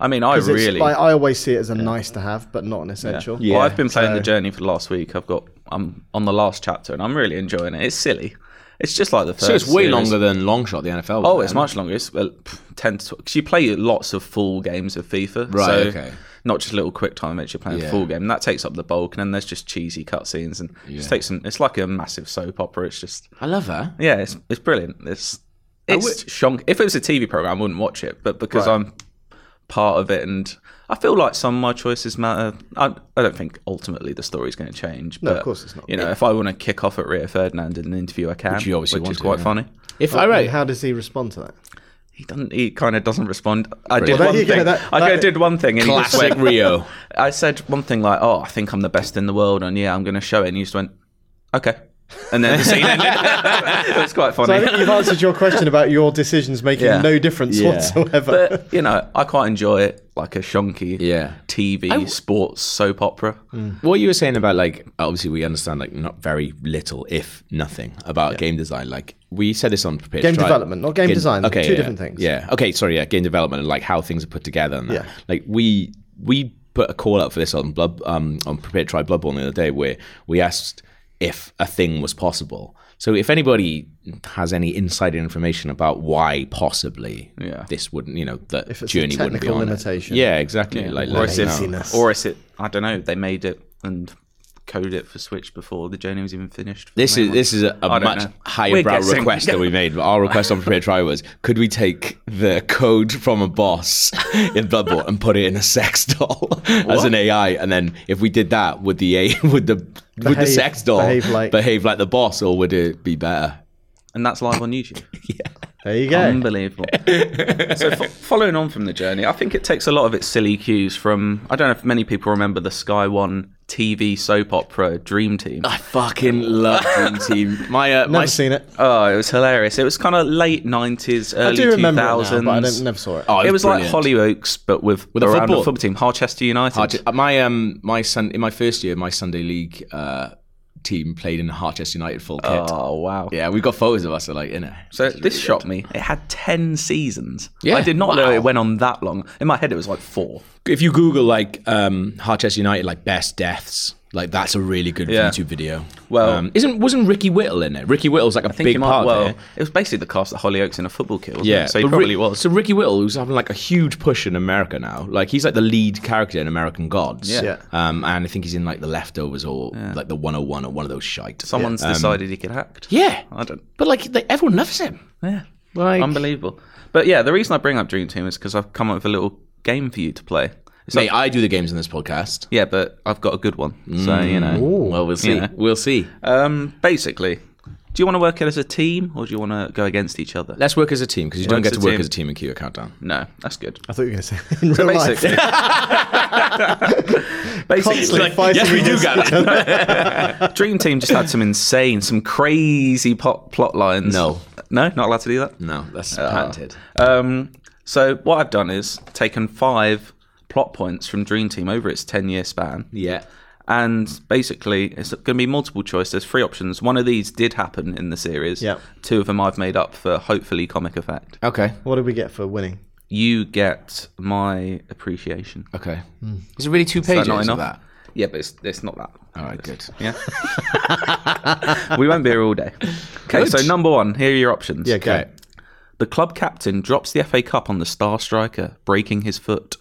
[SPEAKER 3] I mean, I
[SPEAKER 1] 'Cause it's
[SPEAKER 3] really.
[SPEAKER 1] like, I always see it as a nice to have, but not an essential.
[SPEAKER 2] Yeah.
[SPEAKER 3] Well, I've been playing the journey for the last week. I've got I'm on the last chapter, and I'm really enjoying it. It's silly. It's just like the first.
[SPEAKER 2] So it's way
[SPEAKER 3] series.
[SPEAKER 2] longer than long shot the NFL.
[SPEAKER 3] Oh,
[SPEAKER 2] was,
[SPEAKER 3] it's
[SPEAKER 2] isn't it?
[SPEAKER 3] much longer. It's well, pff, ten to because you play lots of full games of FIFA,
[SPEAKER 2] Right,
[SPEAKER 3] So
[SPEAKER 2] okay.
[SPEAKER 3] not just little quick time events. You're playing
[SPEAKER 2] Yeah.
[SPEAKER 3] full game. and That takes up the bulk, and then there's just cheesy cutscenes and just takes some. It's like a massive soap opera. It's just
[SPEAKER 2] I love that.
[SPEAKER 3] yeah, it's it's brilliant. It's it's shonk. If it was a TV program, I wouldn't watch it, but because I'm part of it, and I feel like some of my choices matter. I, I don't think ultimately the story's going to change. No, but,
[SPEAKER 1] of course it's not.
[SPEAKER 3] You know, if I want to kick off at Rio Ferdinand in an interview, I can. Which
[SPEAKER 2] you obviously
[SPEAKER 3] which
[SPEAKER 2] want
[SPEAKER 3] is
[SPEAKER 2] to,
[SPEAKER 3] quite
[SPEAKER 2] yeah.
[SPEAKER 3] funny.
[SPEAKER 2] If I right,
[SPEAKER 1] How does he respond to that?
[SPEAKER 3] He doesn't. He kind of doesn't respond. I did
[SPEAKER 1] Well, there
[SPEAKER 3] one
[SPEAKER 1] you go,
[SPEAKER 3] thing.
[SPEAKER 1] that-
[SPEAKER 3] I
[SPEAKER 1] that-
[SPEAKER 3] did one thing, and he just
[SPEAKER 2] classic
[SPEAKER 3] went,
[SPEAKER 1] *laughs*
[SPEAKER 2] Rio.
[SPEAKER 3] I said one thing like, "Oh, I think I'm the best in the world," and yeah, I'm going to show it. And he just went, "Okay," and then the scene ended. *laughs* it was quite funny.
[SPEAKER 1] I think you've answered your question about your decisions making
[SPEAKER 3] Yeah.
[SPEAKER 1] no difference
[SPEAKER 2] Yeah.
[SPEAKER 1] whatsoever.
[SPEAKER 3] but you know, I quite enjoy it, like a shonky
[SPEAKER 2] Yeah.
[SPEAKER 3] TV sports soap opera.
[SPEAKER 1] Mm.
[SPEAKER 2] What you were saying about like obviously we understand like not very little if nothing about game design. Like we said this on Prepared
[SPEAKER 1] Game
[SPEAKER 2] Strike.
[SPEAKER 1] development, not game design, two
[SPEAKER 2] yeah,
[SPEAKER 1] different things.
[SPEAKER 2] Yeah. Okay. Sorry. Yeah. Game development and like how things are put together. And that.
[SPEAKER 1] Yeah.
[SPEAKER 2] Like we we put a call out for this on Blood um on Prepared to Try Bloodborne the other day where we asked if a thing was possible. So if anybody has any insider information about why possibly
[SPEAKER 3] Yeah.
[SPEAKER 2] this wouldn't you know the
[SPEAKER 1] it's a
[SPEAKER 2] journey wouldn't be
[SPEAKER 1] technical
[SPEAKER 2] on it.
[SPEAKER 1] limitation.
[SPEAKER 2] Yeah. Exactly. Like
[SPEAKER 3] or
[SPEAKER 2] let
[SPEAKER 3] is
[SPEAKER 2] us
[SPEAKER 3] it,
[SPEAKER 2] know.
[SPEAKER 1] Laziness.
[SPEAKER 3] or is it? I don't know. They made it and coded it for Switch before the journey was even finished.
[SPEAKER 2] This is this is a, a
[SPEAKER 3] don't
[SPEAKER 2] much
[SPEAKER 3] know.
[SPEAKER 2] higher
[SPEAKER 3] We're
[SPEAKER 2] brow
[SPEAKER 3] guessing.
[SPEAKER 2] request that we made. Our request on Prepared Try was, could we take the code from a boss in Bloodborne and put it in a sex doll *laughs* as an AI, and then if we did that, would the A *laughs* would the would the
[SPEAKER 1] Behave-
[SPEAKER 2] sex doll
[SPEAKER 1] behave like-
[SPEAKER 2] behave like the boss, or would it be better?
[SPEAKER 3] and that's live on
[SPEAKER 2] *laughs*
[SPEAKER 3] YouTube.
[SPEAKER 1] there you go.
[SPEAKER 3] Unbelievable. so, fo- following on from the journey, I think it takes a lot of its silly cues from. I don't know if many people remember the Sky One TV soap opera Dream Team.
[SPEAKER 2] I fucking love *laughs* Dream Team. My uh, my
[SPEAKER 1] Never seen it.
[SPEAKER 3] Oh, it was hilarious. It was kind of late nineties, early
[SPEAKER 1] I do remember it now,
[SPEAKER 3] 2000s.
[SPEAKER 1] but I don't, never saw it.
[SPEAKER 2] Oh,
[SPEAKER 3] it was like
[SPEAKER 2] brilliant.
[SPEAKER 3] Holly Oaks, but with,
[SPEAKER 2] a
[SPEAKER 3] around
[SPEAKER 2] football.
[SPEAKER 3] a football team, Harchester United.
[SPEAKER 2] Harche- uh, my um my son in my first year, my Sunday league uh, team played in Harchester United full kit.
[SPEAKER 3] oh wow!
[SPEAKER 2] Yeah, we got photos of us like in it.
[SPEAKER 3] So this shocked me. It had ten seasons.
[SPEAKER 2] Yeah.
[SPEAKER 3] I did not know
[SPEAKER 2] Wow.
[SPEAKER 3] it went on that long. In my head, it was like four.
[SPEAKER 2] If you Google like um, Harchester United like best deaths, like that's a really good
[SPEAKER 3] Yeah.
[SPEAKER 2] YouTube video.
[SPEAKER 3] Well-
[SPEAKER 2] um, isn't wasn't Ricky Whittle in it? Ricky Whittle's like a
[SPEAKER 3] I think
[SPEAKER 2] big
[SPEAKER 3] it might-
[SPEAKER 2] part
[SPEAKER 3] well,
[SPEAKER 2] of it.
[SPEAKER 3] was basically the cast that Holly Oaks in a football kit. Wasn't
[SPEAKER 2] Yeah,
[SPEAKER 3] it? so he
[SPEAKER 2] but Ri-
[SPEAKER 3] probably was.
[SPEAKER 2] So Ricky Whittle, who's having like a huge push in America now, like he's like the lead character in American Gods.
[SPEAKER 3] Yeah.
[SPEAKER 1] Yeah.
[SPEAKER 2] Um, and I think he's in like The Leftovers or like The 101 or one of those shite.
[SPEAKER 3] Someone's decided he could act.
[SPEAKER 2] yeah.
[SPEAKER 3] I don't.
[SPEAKER 2] But like they, everyone loves him.
[SPEAKER 3] Yeah,
[SPEAKER 2] Like-
[SPEAKER 3] unbelievable. But yeah, the reason I bring up Dream Team is because I've come up with a little game for you to play. It's
[SPEAKER 2] Mate,
[SPEAKER 3] like,
[SPEAKER 2] I do the games in this podcast.
[SPEAKER 3] yeah, but I've got a good one, so you know.
[SPEAKER 2] Well, we'll see.
[SPEAKER 3] Yeah.
[SPEAKER 2] We'll see.
[SPEAKER 3] Um, basically, do you want to work out as a team or do you want to go against each other?
[SPEAKER 2] Let's work as a team because you don't
[SPEAKER 3] Works
[SPEAKER 2] get to
[SPEAKER 3] as a
[SPEAKER 2] work
[SPEAKER 3] team.
[SPEAKER 2] as a team in Q Countdown.
[SPEAKER 3] No, that's good.
[SPEAKER 1] I thought you were going to say *laughs* in real life.
[SPEAKER 3] Basically, basically,
[SPEAKER 1] *laughs*
[SPEAKER 3] *laughs*
[SPEAKER 1] Constantly fighting against
[SPEAKER 2] get
[SPEAKER 1] *laughs*
[SPEAKER 2] it.
[SPEAKER 3] *laughs* Dream Team just had some insane, some crazy pop plot lines.
[SPEAKER 2] No.
[SPEAKER 3] no, not allowed to do that.
[SPEAKER 2] No, that's patented.
[SPEAKER 3] Um, so what I've done is taken five plot points from Dream Team over its ten-year span.
[SPEAKER 2] Yeah.
[SPEAKER 3] And basically, it's going to be multiple choice. There's three options. One of these did happen in the series.
[SPEAKER 1] Yeah.
[SPEAKER 3] Two of them I've made up for hopefully comic effect.
[SPEAKER 2] Okay.
[SPEAKER 1] *laughs* What did we get for winning?
[SPEAKER 3] You get my appreciation.
[SPEAKER 2] Okay. Is it really two pages
[SPEAKER 3] Is that not
[SPEAKER 2] of
[SPEAKER 3] enough?
[SPEAKER 2] Hmm. that?
[SPEAKER 3] Yeah, but it's, it's not that.
[SPEAKER 2] All right, good.
[SPEAKER 3] Yeah. *laughs* we won't be here all day. Okay, so number one, here are your options.
[SPEAKER 1] Yeah, go.
[SPEAKER 2] Okay.
[SPEAKER 3] The club captain drops the FA Cup on the star striker, breaking his foot.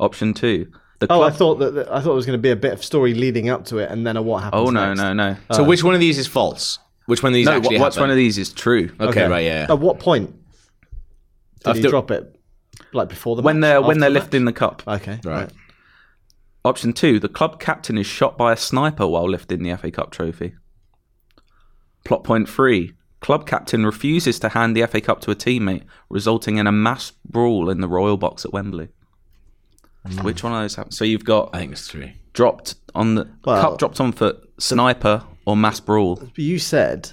[SPEAKER 3] Option two. The
[SPEAKER 1] Oh, I
[SPEAKER 3] club.
[SPEAKER 1] thought that, that- I thought it was going to be a bit of story leading up to it, and then a what happens.
[SPEAKER 3] oh, no,
[SPEAKER 1] next.
[SPEAKER 3] no, no.
[SPEAKER 2] So which one of these is false? Which one of these
[SPEAKER 3] no,
[SPEAKER 2] actually
[SPEAKER 3] wh- what's one
[SPEAKER 2] happened?
[SPEAKER 3] of these is true?
[SPEAKER 2] Okay, right, yeah.
[SPEAKER 1] At what point did
[SPEAKER 2] After-
[SPEAKER 1] he drop it? Like before the
[SPEAKER 3] When
[SPEAKER 1] match?
[SPEAKER 3] they're when
[SPEAKER 1] After
[SPEAKER 3] they're
[SPEAKER 1] the match?
[SPEAKER 3] lifting the cup.
[SPEAKER 1] Okay, right.
[SPEAKER 3] Option two, the club captain is shot by a sniper while lifting the FA Cup trophy. Plot point three, club captain refuses to hand the FA Cup to a teammate, resulting in a mass brawl in the Royal Box at Wembley. Which one of those happened? So you've got
[SPEAKER 2] I think it's three.
[SPEAKER 3] dropped on the
[SPEAKER 1] Well-
[SPEAKER 3] cup dropped on foot, sniper or mass brawl.
[SPEAKER 1] But you said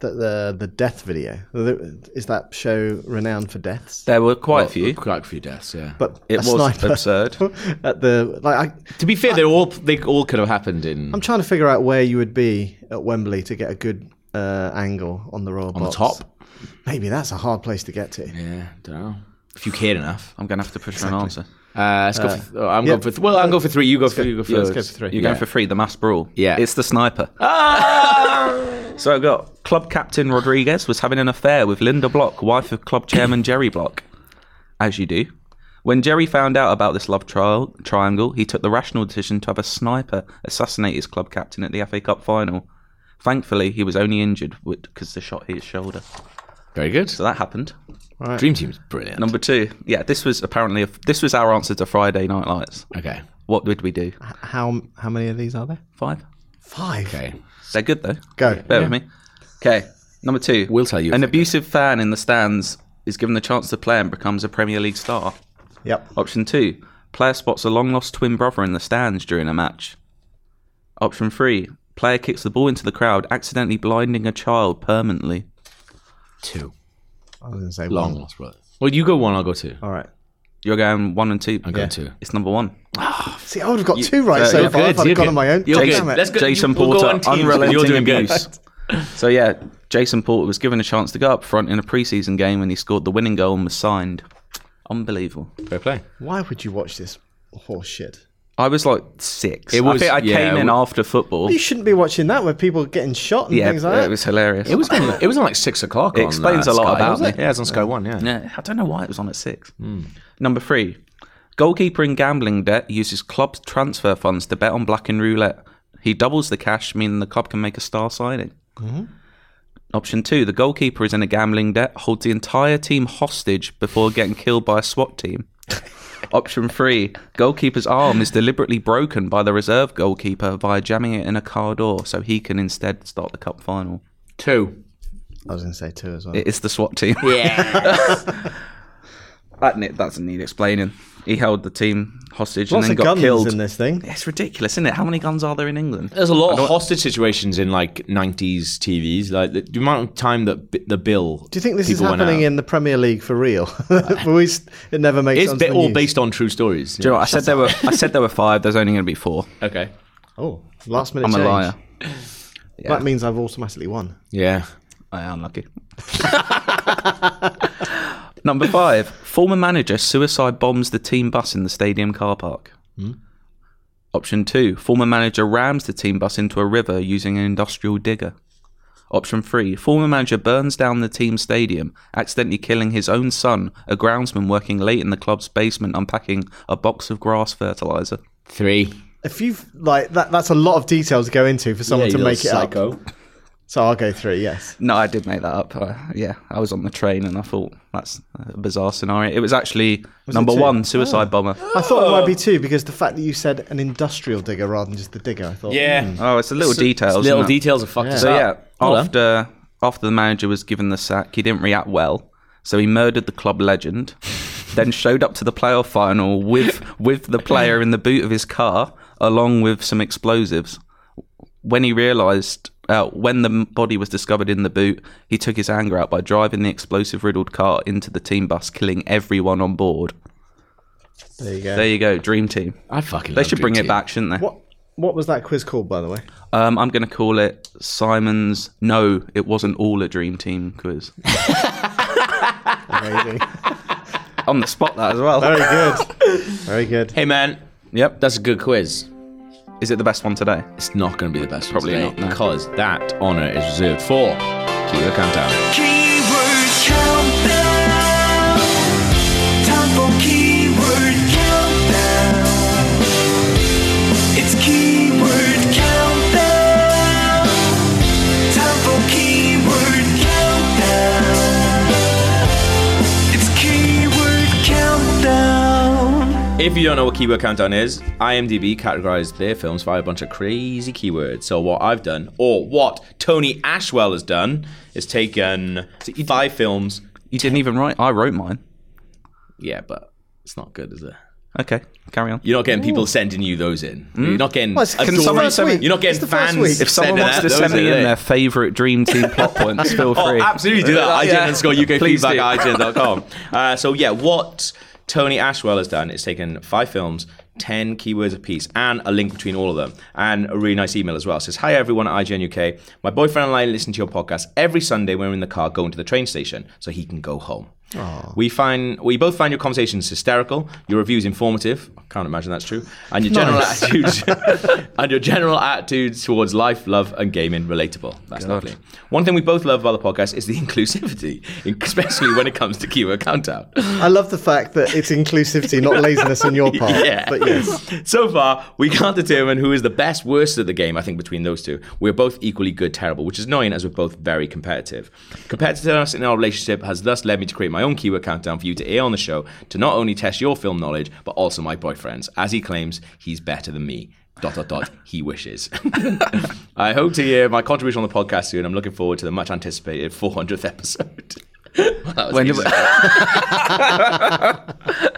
[SPEAKER 1] that the the death video the- is that show renowned for deaths?
[SPEAKER 3] There were quite a few.
[SPEAKER 2] Quite a few deaths, yeah.
[SPEAKER 1] but
[SPEAKER 3] It
[SPEAKER 1] a
[SPEAKER 3] was
[SPEAKER 1] sniper
[SPEAKER 3] absurd.
[SPEAKER 1] *laughs* at the like. I,
[SPEAKER 2] to be fair, they all they all could have happened in
[SPEAKER 1] I'm trying to figure out where you would be at Wembley to get a good uh, angle on the Royal
[SPEAKER 2] on the top.
[SPEAKER 1] Maybe that's a hard place to get to.
[SPEAKER 2] Yeah, don't know. If you cared enough.
[SPEAKER 3] I'm gonna have to push for an answer.
[SPEAKER 2] Uh, let's go for, oh, I'm going for th- well, I'm going for three. You go for you go first.
[SPEAKER 1] let's go for three.
[SPEAKER 2] You
[SPEAKER 3] You're
[SPEAKER 2] go
[SPEAKER 3] going for free, the mass brawl.
[SPEAKER 2] Yeah.
[SPEAKER 3] It's the sniper. so I've got club captain Rodriguez was having an affair with Linda Block, wife of club chairman Jerry Block. As you do. When Jerry found out about this love trial, triangle, he took the rational decision to have a sniper assassinate his club captain at the FA Cup final. Thankfully, he was only injured because the shot hit his shoulder.
[SPEAKER 2] Very good.
[SPEAKER 3] So that happened.
[SPEAKER 2] Dream Team's brilliant.
[SPEAKER 3] Number two, yeah, this was apparently a, this was our answer to Friday Night Lights.
[SPEAKER 2] okay.
[SPEAKER 3] What did we do?
[SPEAKER 1] How how many of these are there?
[SPEAKER 3] Five.
[SPEAKER 1] Five.
[SPEAKER 2] Okay.
[SPEAKER 3] They're good though.
[SPEAKER 1] Go.
[SPEAKER 3] Bear with me. Okay, number two.
[SPEAKER 2] We'll tell you.
[SPEAKER 3] An abusive fan in the stands is given the chance to play and becomes a Premier League star.
[SPEAKER 1] Yep.
[SPEAKER 3] Option two. Player spots a long lost twin brother in the stands during a match. Option three. Player kicks the ball into the crowd, accidentally blinding a child permanently.
[SPEAKER 2] two
[SPEAKER 1] I was going to say
[SPEAKER 2] long
[SPEAKER 1] One.
[SPEAKER 2] lost brother. Well, you go one. I'll go two.
[SPEAKER 1] All right.
[SPEAKER 3] You're going one and two.
[SPEAKER 2] I'll go two.
[SPEAKER 3] It's number one.
[SPEAKER 1] See, I would have got two right
[SPEAKER 3] uh,
[SPEAKER 1] so
[SPEAKER 3] you're
[SPEAKER 1] far if I'd
[SPEAKER 2] you're
[SPEAKER 1] gone on my own.
[SPEAKER 2] You're
[SPEAKER 1] Damn
[SPEAKER 2] good.
[SPEAKER 1] it.
[SPEAKER 2] Let's go.
[SPEAKER 3] Jason
[SPEAKER 2] we'll go
[SPEAKER 3] Porter,
[SPEAKER 2] on teams,
[SPEAKER 3] unrelenting
[SPEAKER 2] you're doing good.
[SPEAKER 3] abuse. So yeah, Jason Porter was given a chance to go up front in a preseason game when he scored the winning goal and was signed. Unbelievable.
[SPEAKER 2] Fair play.
[SPEAKER 1] Why would you watch this horse shit?
[SPEAKER 3] I was like six.
[SPEAKER 2] It
[SPEAKER 3] It
[SPEAKER 2] was-
[SPEAKER 3] was, I, think I
[SPEAKER 2] yeah,
[SPEAKER 3] came
[SPEAKER 2] it
[SPEAKER 3] in
[SPEAKER 2] wa-
[SPEAKER 3] after football.
[SPEAKER 1] You shouldn't be watching that where people are getting shot and
[SPEAKER 3] Yeah,
[SPEAKER 1] things like
[SPEAKER 3] it
[SPEAKER 1] that.
[SPEAKER 3] was hilarious.
[SPEAKER 2] It was on, it was on like six o'clock. It
[SPEAKER 3] explains a lot about me.
[SPEAKER 2] Yeah, it's on Sky One. Yeah.
[SPEAKER 3] Yeah, I don't know why it was on at six. Number three, goalkeeper in gambling debt uses club's transfer funds to bet on black and roulette. He doubles the cash, meaning the club can make a star signing. Option two, the goalkeeper is in a gambling debt, holds the entire team hostage before getting killed by a SWAT team. *laughs* Option three, goalkeeper's arm is deliberately broken by the reserve goalkeeper via jamming it in a car door so he can instead start the cup final.
[SPEAKER 2] Two.
[SPEAKER 1] I was going to say two as well.
[SPEAKER 3] It's the SWAT team. *laughs*
[SPEAKER 2] Yeah.
[SPEAKER 3] That ne- doesn't need explaining. He held the team hostage
[SPEAKER 1] Lots
[SPEAKER 3] and
[SPEAKER 1] of
[SPEAKER 3] then got
[SPEAKER 1] guns
[SPEAKER 3] killed.
[SPEAKER 1] in this thing.
[SPEAKER 3] It's ridiculous, isn't it? How many guns are there in England?
[SPEAKER 2] There's a lot of hostage situations in like 90s TVs. Like the, the amount of time that bi- the bill.
[SPEAKER 1] Do you think this is
[SPEAKER 2] people went
[SPEAKER 1] happening
[SPEAKER 2] out.
[SPEAKER 1] in the Premier League for real? *laughs* we, s- it never makes
[SPEAKER 2] It's
[SPEAKER 1] sense.
[SPEAKER 2] ba- all based on true stories.
[SPEAKER 3] Do you know what? I said there were. I said there were five. There's only going to be four.
[SPEAKER 2] Okay.
[SPEAKER 1] Oh, last minute
[SPEAKER 3] I'm a
[SPEAKER 1] change.
[SPEAKER 3] liar.
[SPEAKER 1] That means I've automatically won.
[SPEAKER 2] Yeah.
[SPEAKER 3] I am lucky. *laughs* Number five. Former manager suicide bombs the team bus in the stadium car park. Option two. Former manager rams the team bus into a river using an industrial digger. Option three. Former manager burns down the team stadium, accidentally killing his own son, a groundsman working late in the club's basement unpacking a box of grass fertilizer.
[SPEAKER 2] Three.
[SPEAKER 1] If you've like that, that's a lot of detail to go into for someone to make it up. So I'll go three. Yes.
[SPEAKER 3] No, I did make that up. Uh, yeah, I was on the train and I thought that's a bizarre scenario. It Oh. was actually number
[SPEAKER 1] two?
[SPEAKER 3] one, suicide bomber.
[SPEAKER 1] I thought it might be two because the fact that you said an industrial digger rather than just the digger, I thought.
[SPEAKER 2] Yeah.
[SPEAKER 3] Oh, it's a little details.
[SPEAKER 2] It's Hmm. little
[SPEAKER 3] isn't it?
[SPEAKER 2] details are fucked us
[SPEAKER 3] So
[SPEAKER 2] up.
[SPEAKER 3] yeah,
[SPEAKER 2] Hold on.
[SPEAKER 3] after after the manager was given the sack, he didn't react well, so he murdered the
[SPEAKER 2] *laughs*
[SPEAKER 3] club legend. then showed up to the playoff final with with the player in the boot of his car, along with some explosives. When he realised. Uh, when the body was discovered in the boot, he took his anger out by driving the explosive riddled car into the team bus, killing everyone on board.
[SPEAKER 1] hmm, There you go.
[SPEAKER 3] There you go, dream team.
[SPEAKER 2] I fucking
[SPEAKER 3] They
[SPEAKER 2] love
[SPEAKER 3] should bring
[SPEAKER 2] Oh, Dream Team.
[SPEAKER 3] it back, shouldn't they?
[SPEAKER 1] what what was that quiz called, by the way?
[SPEAKER 3] Um, I'm going to call it Simon's No, It Wasn't All a Dream Team quiz.
[SPEAKER 1] Amazing. *laughs*
[SPEAKER 3] On the spot, that as well.
[SPEAKER 1] Very good. Very good.
[SPEAKER 2] Hey, man.
[SPEAKER 3] Yep.
[SPEAKER 2] That's a good quiz.
[SPEAKER 3] Is it the best one today?
[SPEAKER 2] It's not going to be the best
[SPEAKER 3] Probably
[SPEAKER 2] one today
[SPEAKER 3] not, no.
[SPEAKER 2] because that honor is reserved for Keyword Countdown.
[SPEAKER 4] Keyword countdown. Time for keyword countdown. It's keyword countdown. Time for keyword countdown. It's keyword countdown.
[SPEAKER 2] If you don't know what Keyword Countdown is, IMDb categorizes their films via a bunch of crazy keywords. So what I've done, or what Tony Ashwell has done, is taken five films.
[SPEAKER 3] You didn't even write. I wrote mine.
[SPEAKER 2] Yeah, but it's not good, is it?
[SPEAKER 3] Okay, carry on.
[SPEAKER 2] You're not getting people sending you those in. You're not getting.
[SPEAKER 1] Well, it's-
[SPEAKER 2] adoring-
[SPEAKER 1] it's the first week.
[SPEAKER 2] You're not
[SPEAKER 1] It's
[SPEAKER 2] getting
[SPEAKER 1] the first
[SPEAKER 2] fans.
[SPEAKER 1] week.
[SPEAKER 3] If someone
[SPEAKER 2] sending
[SPEAKER 3] wants
[SPEAKER 2] that-
[SPEAKER 3] to
[SPEAKER 2] those
[SPEAKER 3] send
[SPEAKER 2] in,
[SPEAKER 3] me in
[SPEAKER 2] eh?
[SPEAKER 3] their favourite Dream Team plot points, feel free. Uh,
[SPEAKER 2] Oh, absolutely do that.
[SPEAKER 3] Yeah.
[SPEAKER 2] IGN underscore UK
[SPEAKER 3] Please do.
[SPEAKER 2] feedback at
[SPEAKER 3] *laughs*
[SPEAKER 2] IGN.com. Uh, so, yeah, what Tony Ashwell has done is taken five films, 10 keywords apiece, and a link between all of them, and a really nice email as well. It says, Hi, everyone at IGN UK. My boyfriend and I listen to your podcast every Sunday when we're in the car going to the train station so he can go home. We find we both find your conversations hysterical, your reviews informative. I can't imagine that's true, and your general
[SPEAKER 3] *laughs*
[SPEAKER 2] attitudes *laughs* and your general attitudes towards life, love, and gaming relatable. That's lovely. One thing we both love about the podcast is the *laughs* inclusivity, especially when it comes to keyword countdown.
[SPEAKER 1] I love the fact that it's inclusivity, not laziness on
[SPEAKER 3] *laughs*
[SPEAKER 1] your part.
[SPEAKER 2] Yeah.
[SPEAKER 1] But yes.
[SPEAKER 2] *laughs* So far, we can't determine who is the best worst at the game, I think, between those two. We're both equally good, terrible, which is annoying as we're both very competitive. Competitiveness in our relationship has thus led me to create my own keyword countdown for you to air on the show to not only test your film knowledge, but also my boyfriend's, as he claims he's better than me. Dot dot dot. He wishes. *laughs* I hope to hear my contribution on the podcast soon. I'm looking forward to the much anticipated 400th episode. *laughs* Well, that was
[SPEAKER 3] When do
[SPEAKER 2] easy.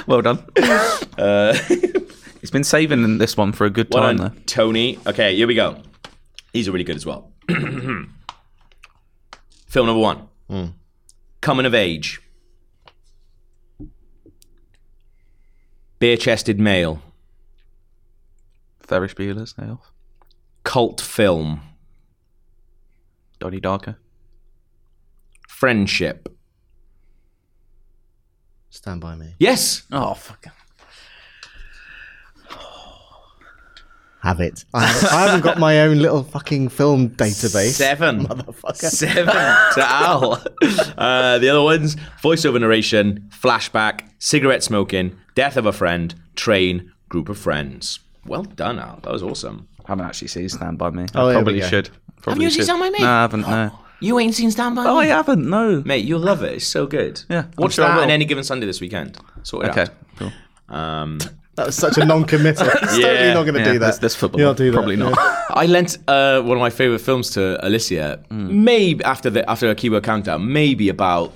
[SPEAKER 3] we- *laughs* Well done. *laughs* He's been saving this one for a good
[SPEAKER 2] Well
[SPEAKER 3] time,
[SPEAKER 2] done,
[SPEAKER 3] though.
[SPEAKER 2] Tony. Okay, here we go. These are really good as well. *clears throat* Film number one Coming of Age. Bare chested male.
[SPEAKER 3] Ferris Bueller's Day Off.
[SPEAKER 2] Cult film.
[SPEAKER 3] Donnie Darko.
[SPEAKER 2] Friendship.
[SPEAKER 1] Stand by me.
[SPEAKER 2] Yes!
[SPEAKER 3] Oh, fuck.
[SPEAKER 1] Have it. I haven't, I haven't got my own little fucking film database.
[SPEAKER 2] Seven.
[SPEAKER 1] Motherfucker.
[SPEAKER 2] Seven to Al. Uh, the other ones voiceover narration, flashback, cigarette smoking, death of a friend, train, group of friends. Well done, Al. That was awesome.
[SPEAKER 3] I haven't actually seen Stand By Me.
[SPEAKER 1] Oh,
[SPEAKER 3] I
[SPEAKER 1] there we
[SPEAKER 3] probably
[SPEAKER 1] go.
[SPEAKER 3] should. Probably
[SPEAKER 2] you seen
[SPEAKER 3] should.
[SPEAKER 2] Stand By Me?
[SPEAKER 3] No, I haven't, no.
[SPEAKER 2] You ain't seen Stand By
[SPEAKER 3] Oh, I haven't, no.
[SPEAKER 2] Mate, you'll love it. It's so good.
[SPEAKER 3] Yeah, I'm
[SPEAKER 2] Watch
[SPEAKER 3] sure I
[SPEAKER 2] that
[SPEAKER 3] will.
[SPEAKER 2] on any given Sunday this weekend. Sort it
[SPEAKER 3] Okay,
[SPEAKER 2] out. Um,
[SPEAKER 3] cool.
[SPEAKER 1] That was such a
[SPEAKER 3] *laughs*
[SPEAKER 1] non-committal. It's totally
[SPEAKER 2] Yeah.
[SPEAKER 1] not going to
[SPEAKER 3] Yeah,
[SPEAKER 1] do that.
[SPEAKER 3] This, this football.
[SPEAKER 1] You'll do that.
[SPEAKER 3] Probably not.
[SPEAKER 2] I lent uh, one of my favorite films to Alicia,
[SPEAKER 3] Hmm.
[SPEAKER 2] maybe after the after a keyword countdown, maybe about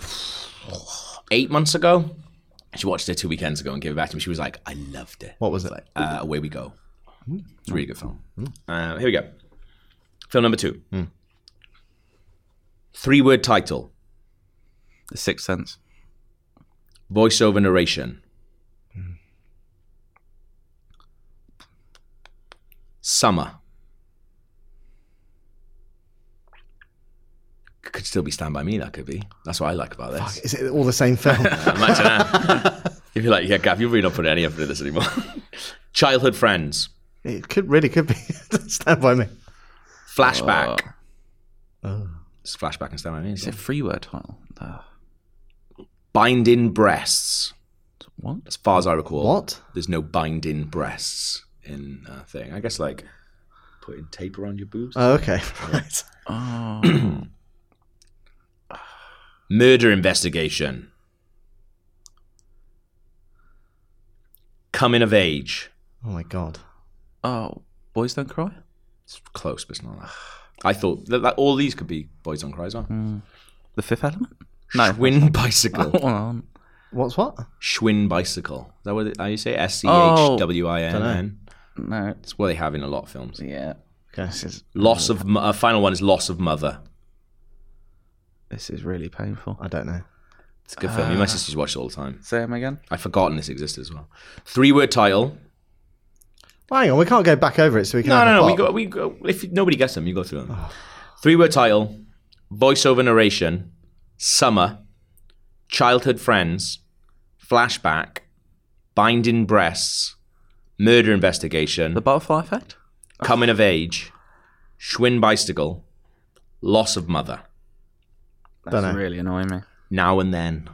[SPEAKER 2] eight months ago. She watched it two weekends ago and gave it back to me. She was like, I loved it.
[SPEAKER 1] What was it?
[SPEAKER 2] Like, uh, Away We Go.
[SPEAKER 3] Hmm.
[SPEAKER 2] It's a really good film. Uh, here we go. Film number two.
[SPEAKER 3] Hmm.
[SPEAKER 2] Three word title
[SPEAKER 3] The *laughs* Sixth Sense.
[SPEAKER 2] voiceover narration. Summer. Could still be Stand By Me, that could be. That's what I like about this.
[SPEAKER 1] Is it all the same film?
[SPEAKER 2] Imagine that. if you're like, yeah, Gav, you're really not putting any effort into this anymore. *laughs* Childhood friends.
[SPEAKER 1] it could really could be. *laughs* Stand by me.
[SPEAKER 2] Flashback. It's flashback and Stand By Me.
[SPEAKER 3] Is it a three word title? Uh,
[SPEAKER 2] Binding breasts.
[SPEAKER 3] what?
[SPEAKER 2] As far as I recall,
[SPEAKER 1] What?
[SPEAKER 2] There's no binding breasts in uh, thing. I guess like putting tape around your boobs.
[SPEAKER 1] Oh, okay. Right.
[SPEAKER 3] Oh.
[SPEAKER 2] Murder investigation. Coming of age.
[SPEAKER 1] Oh my god.
[SPEAKER 3] *clears throat* Oh, Boys Don't Cry?
[SPEAKER 2] It's close, but it's not. That. I thought that, that all these could be boys on cries. Well.
[SPEAKER 3] The Fifth Element? *laughs*
[SPEAKER 2] No, Schwinn bicycle.
[SPEAKER 3] Hold on.
[SPEAKER 1] What's what?
[SPEAKER 2] Schwinn bicycle. Is that what it, how you say? S C H W I N N.
[SPEAKER 3] No.
[SPEAKER 2] It's what they have in a lot of films.
[SPEAKER 3] Yeah.
[SPEAKER 1] Okay.
[SPEAKER 3] This is
[SPEAKER 2] Loss of mo- uh, final one is loss of mother.
[SPEAKER 3] this is really painful.
[SPEAKER 1] I don't know.
[SPEAKER 2] It's a good film. You my sister's watched it all the time.
[SPEAKER 3] Say him again.
[SPEAKER 2] I'd forgotten this existed as well. Three word title.
[SPEAKER 1] Well, hang on, we can't go back over it, so we can.
[SPEAKER 2] No,
[SPEAKER 1] have a
[SPEAKER 2] no, no. We
[SPEAKER 1] pop.
[SPEAKER 2] go, we go. If nobody gets them, you go through them. Three word title, voiceover narration, summer, childhood friends, flashback, binding breasts, murder investigation,
[SPEAKER 3] The Butterfly Effect?
[SPEAKER 2] coming of age, Schwinn bicycle, loss of mother.
[SPEAKER 3] That's
[SPEAKER 1] Dunno.
[SPEAKER 3] really annoying me.
[SPEAKER 2] Now and then.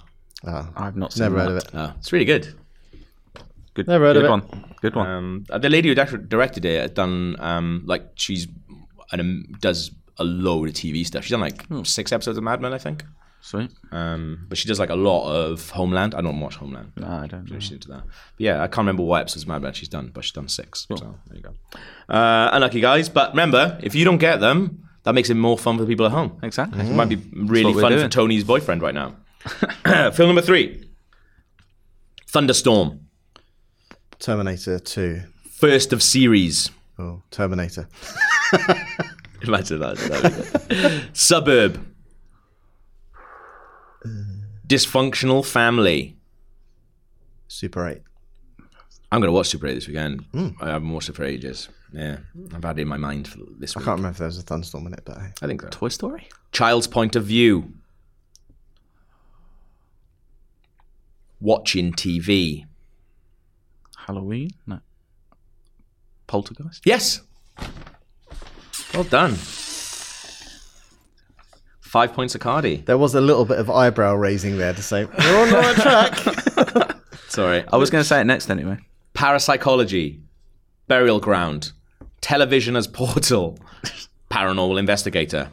[SPEAKER 1] Ah,
[SPEAKER 3] I've not seen
[SPEAKER 1] never
[SPEAKER 3] that.
[SPEAKER 1] heard of it.
[SPEAKER 2] Uh, it's really good.
[SPEAKER 3] Good,
[SPEAKER 1] Never heard of
[SPEAKER 3] good
[SPEAKER 1] it.
[SPEAKER 3] one. Good one.
[SPEAKER 2] Um, the lady who direct- directed it had done um, like she's and um, does a load of TV stuff. She's done like
[SPEAKER 1] Hmm.
[SPEAKER 2] six episodes of Mad Men, I think.
[SPEAKER 3] Sweet. Uh,
[SPEAKER 2] Um, but she does like a lot of Homeland. I don't watch Homeland.
[SPEAKER 3] No, I don't know.
[SPEAKER 2] She's into that. But yeah, I can't remember what episodes of Mad Men she's done, but she's done six. So there you go. Uh, unlucky guys, but remember, if you don't get them, that makes it more fun for the people at home.
[SPEAKER 3] Exactly.
[SPEAKER 1] Mm-hmm.
[SPEAKER 2] It might be really
[SPEAKER 3] Mm. what we're
[SPEAKER 2] fun for
[SPEAKER 3] doing.
[SPEAKER 2] Tony's boyfriend right
[SPEAKER 3] *laughs*
[SPEAKER 2] now. *coughs* Film number three Thunderstorm.
[SPEAKER 1] Terminator Two.
[SPEAKER 2] First of series. *laughs*
[SPEAKER 1] Oh, Terminator.
[SPEAKER 2] Imagine that. That'd be
[SPEAKER 3] *laughs*
[SPEAKER 2] good. Suburb.
[SPEAKER 3] Uh.
[SPEAKER 2] Dysfunctional family.
[SPEAKER 1] Super Eight.
[SPEAKER 2] I'm going to watch Super 8 this weekend.
[SPEAKER 1] Hmm.
[SPEAKER 2] I haven't watched it for ages. Yeah, I've had it in my mind for this
[SPEAKER 1] I
[SPEAKER 2] week.
[SPEAKER 1] can't remember if there was a thunderstorm in it, but hey.
[SPEAKER 2] I think so.
[SPEAKER 3] Toy Story?
[SPEAKER 2] Child's point of view. Watching TV.
[SPEAKER 3] Halloween? No. Poltergeist?
[SPEAKER 2] Yes. Well done. Five points of Cardi.
[SPEAKER 1] there was a little bit of eyebrow raising there to say *laughs* we're on the right track.
[SPEAKER 2] Sorry.
[SPEAKER 3] I was going to say it next anyway.
[SPEAKER 2] Parapsychology. Burial ground. Television
[SPEAKER 1] *laughs*
[SPEAKER 2] as portal. Paranormal investigator.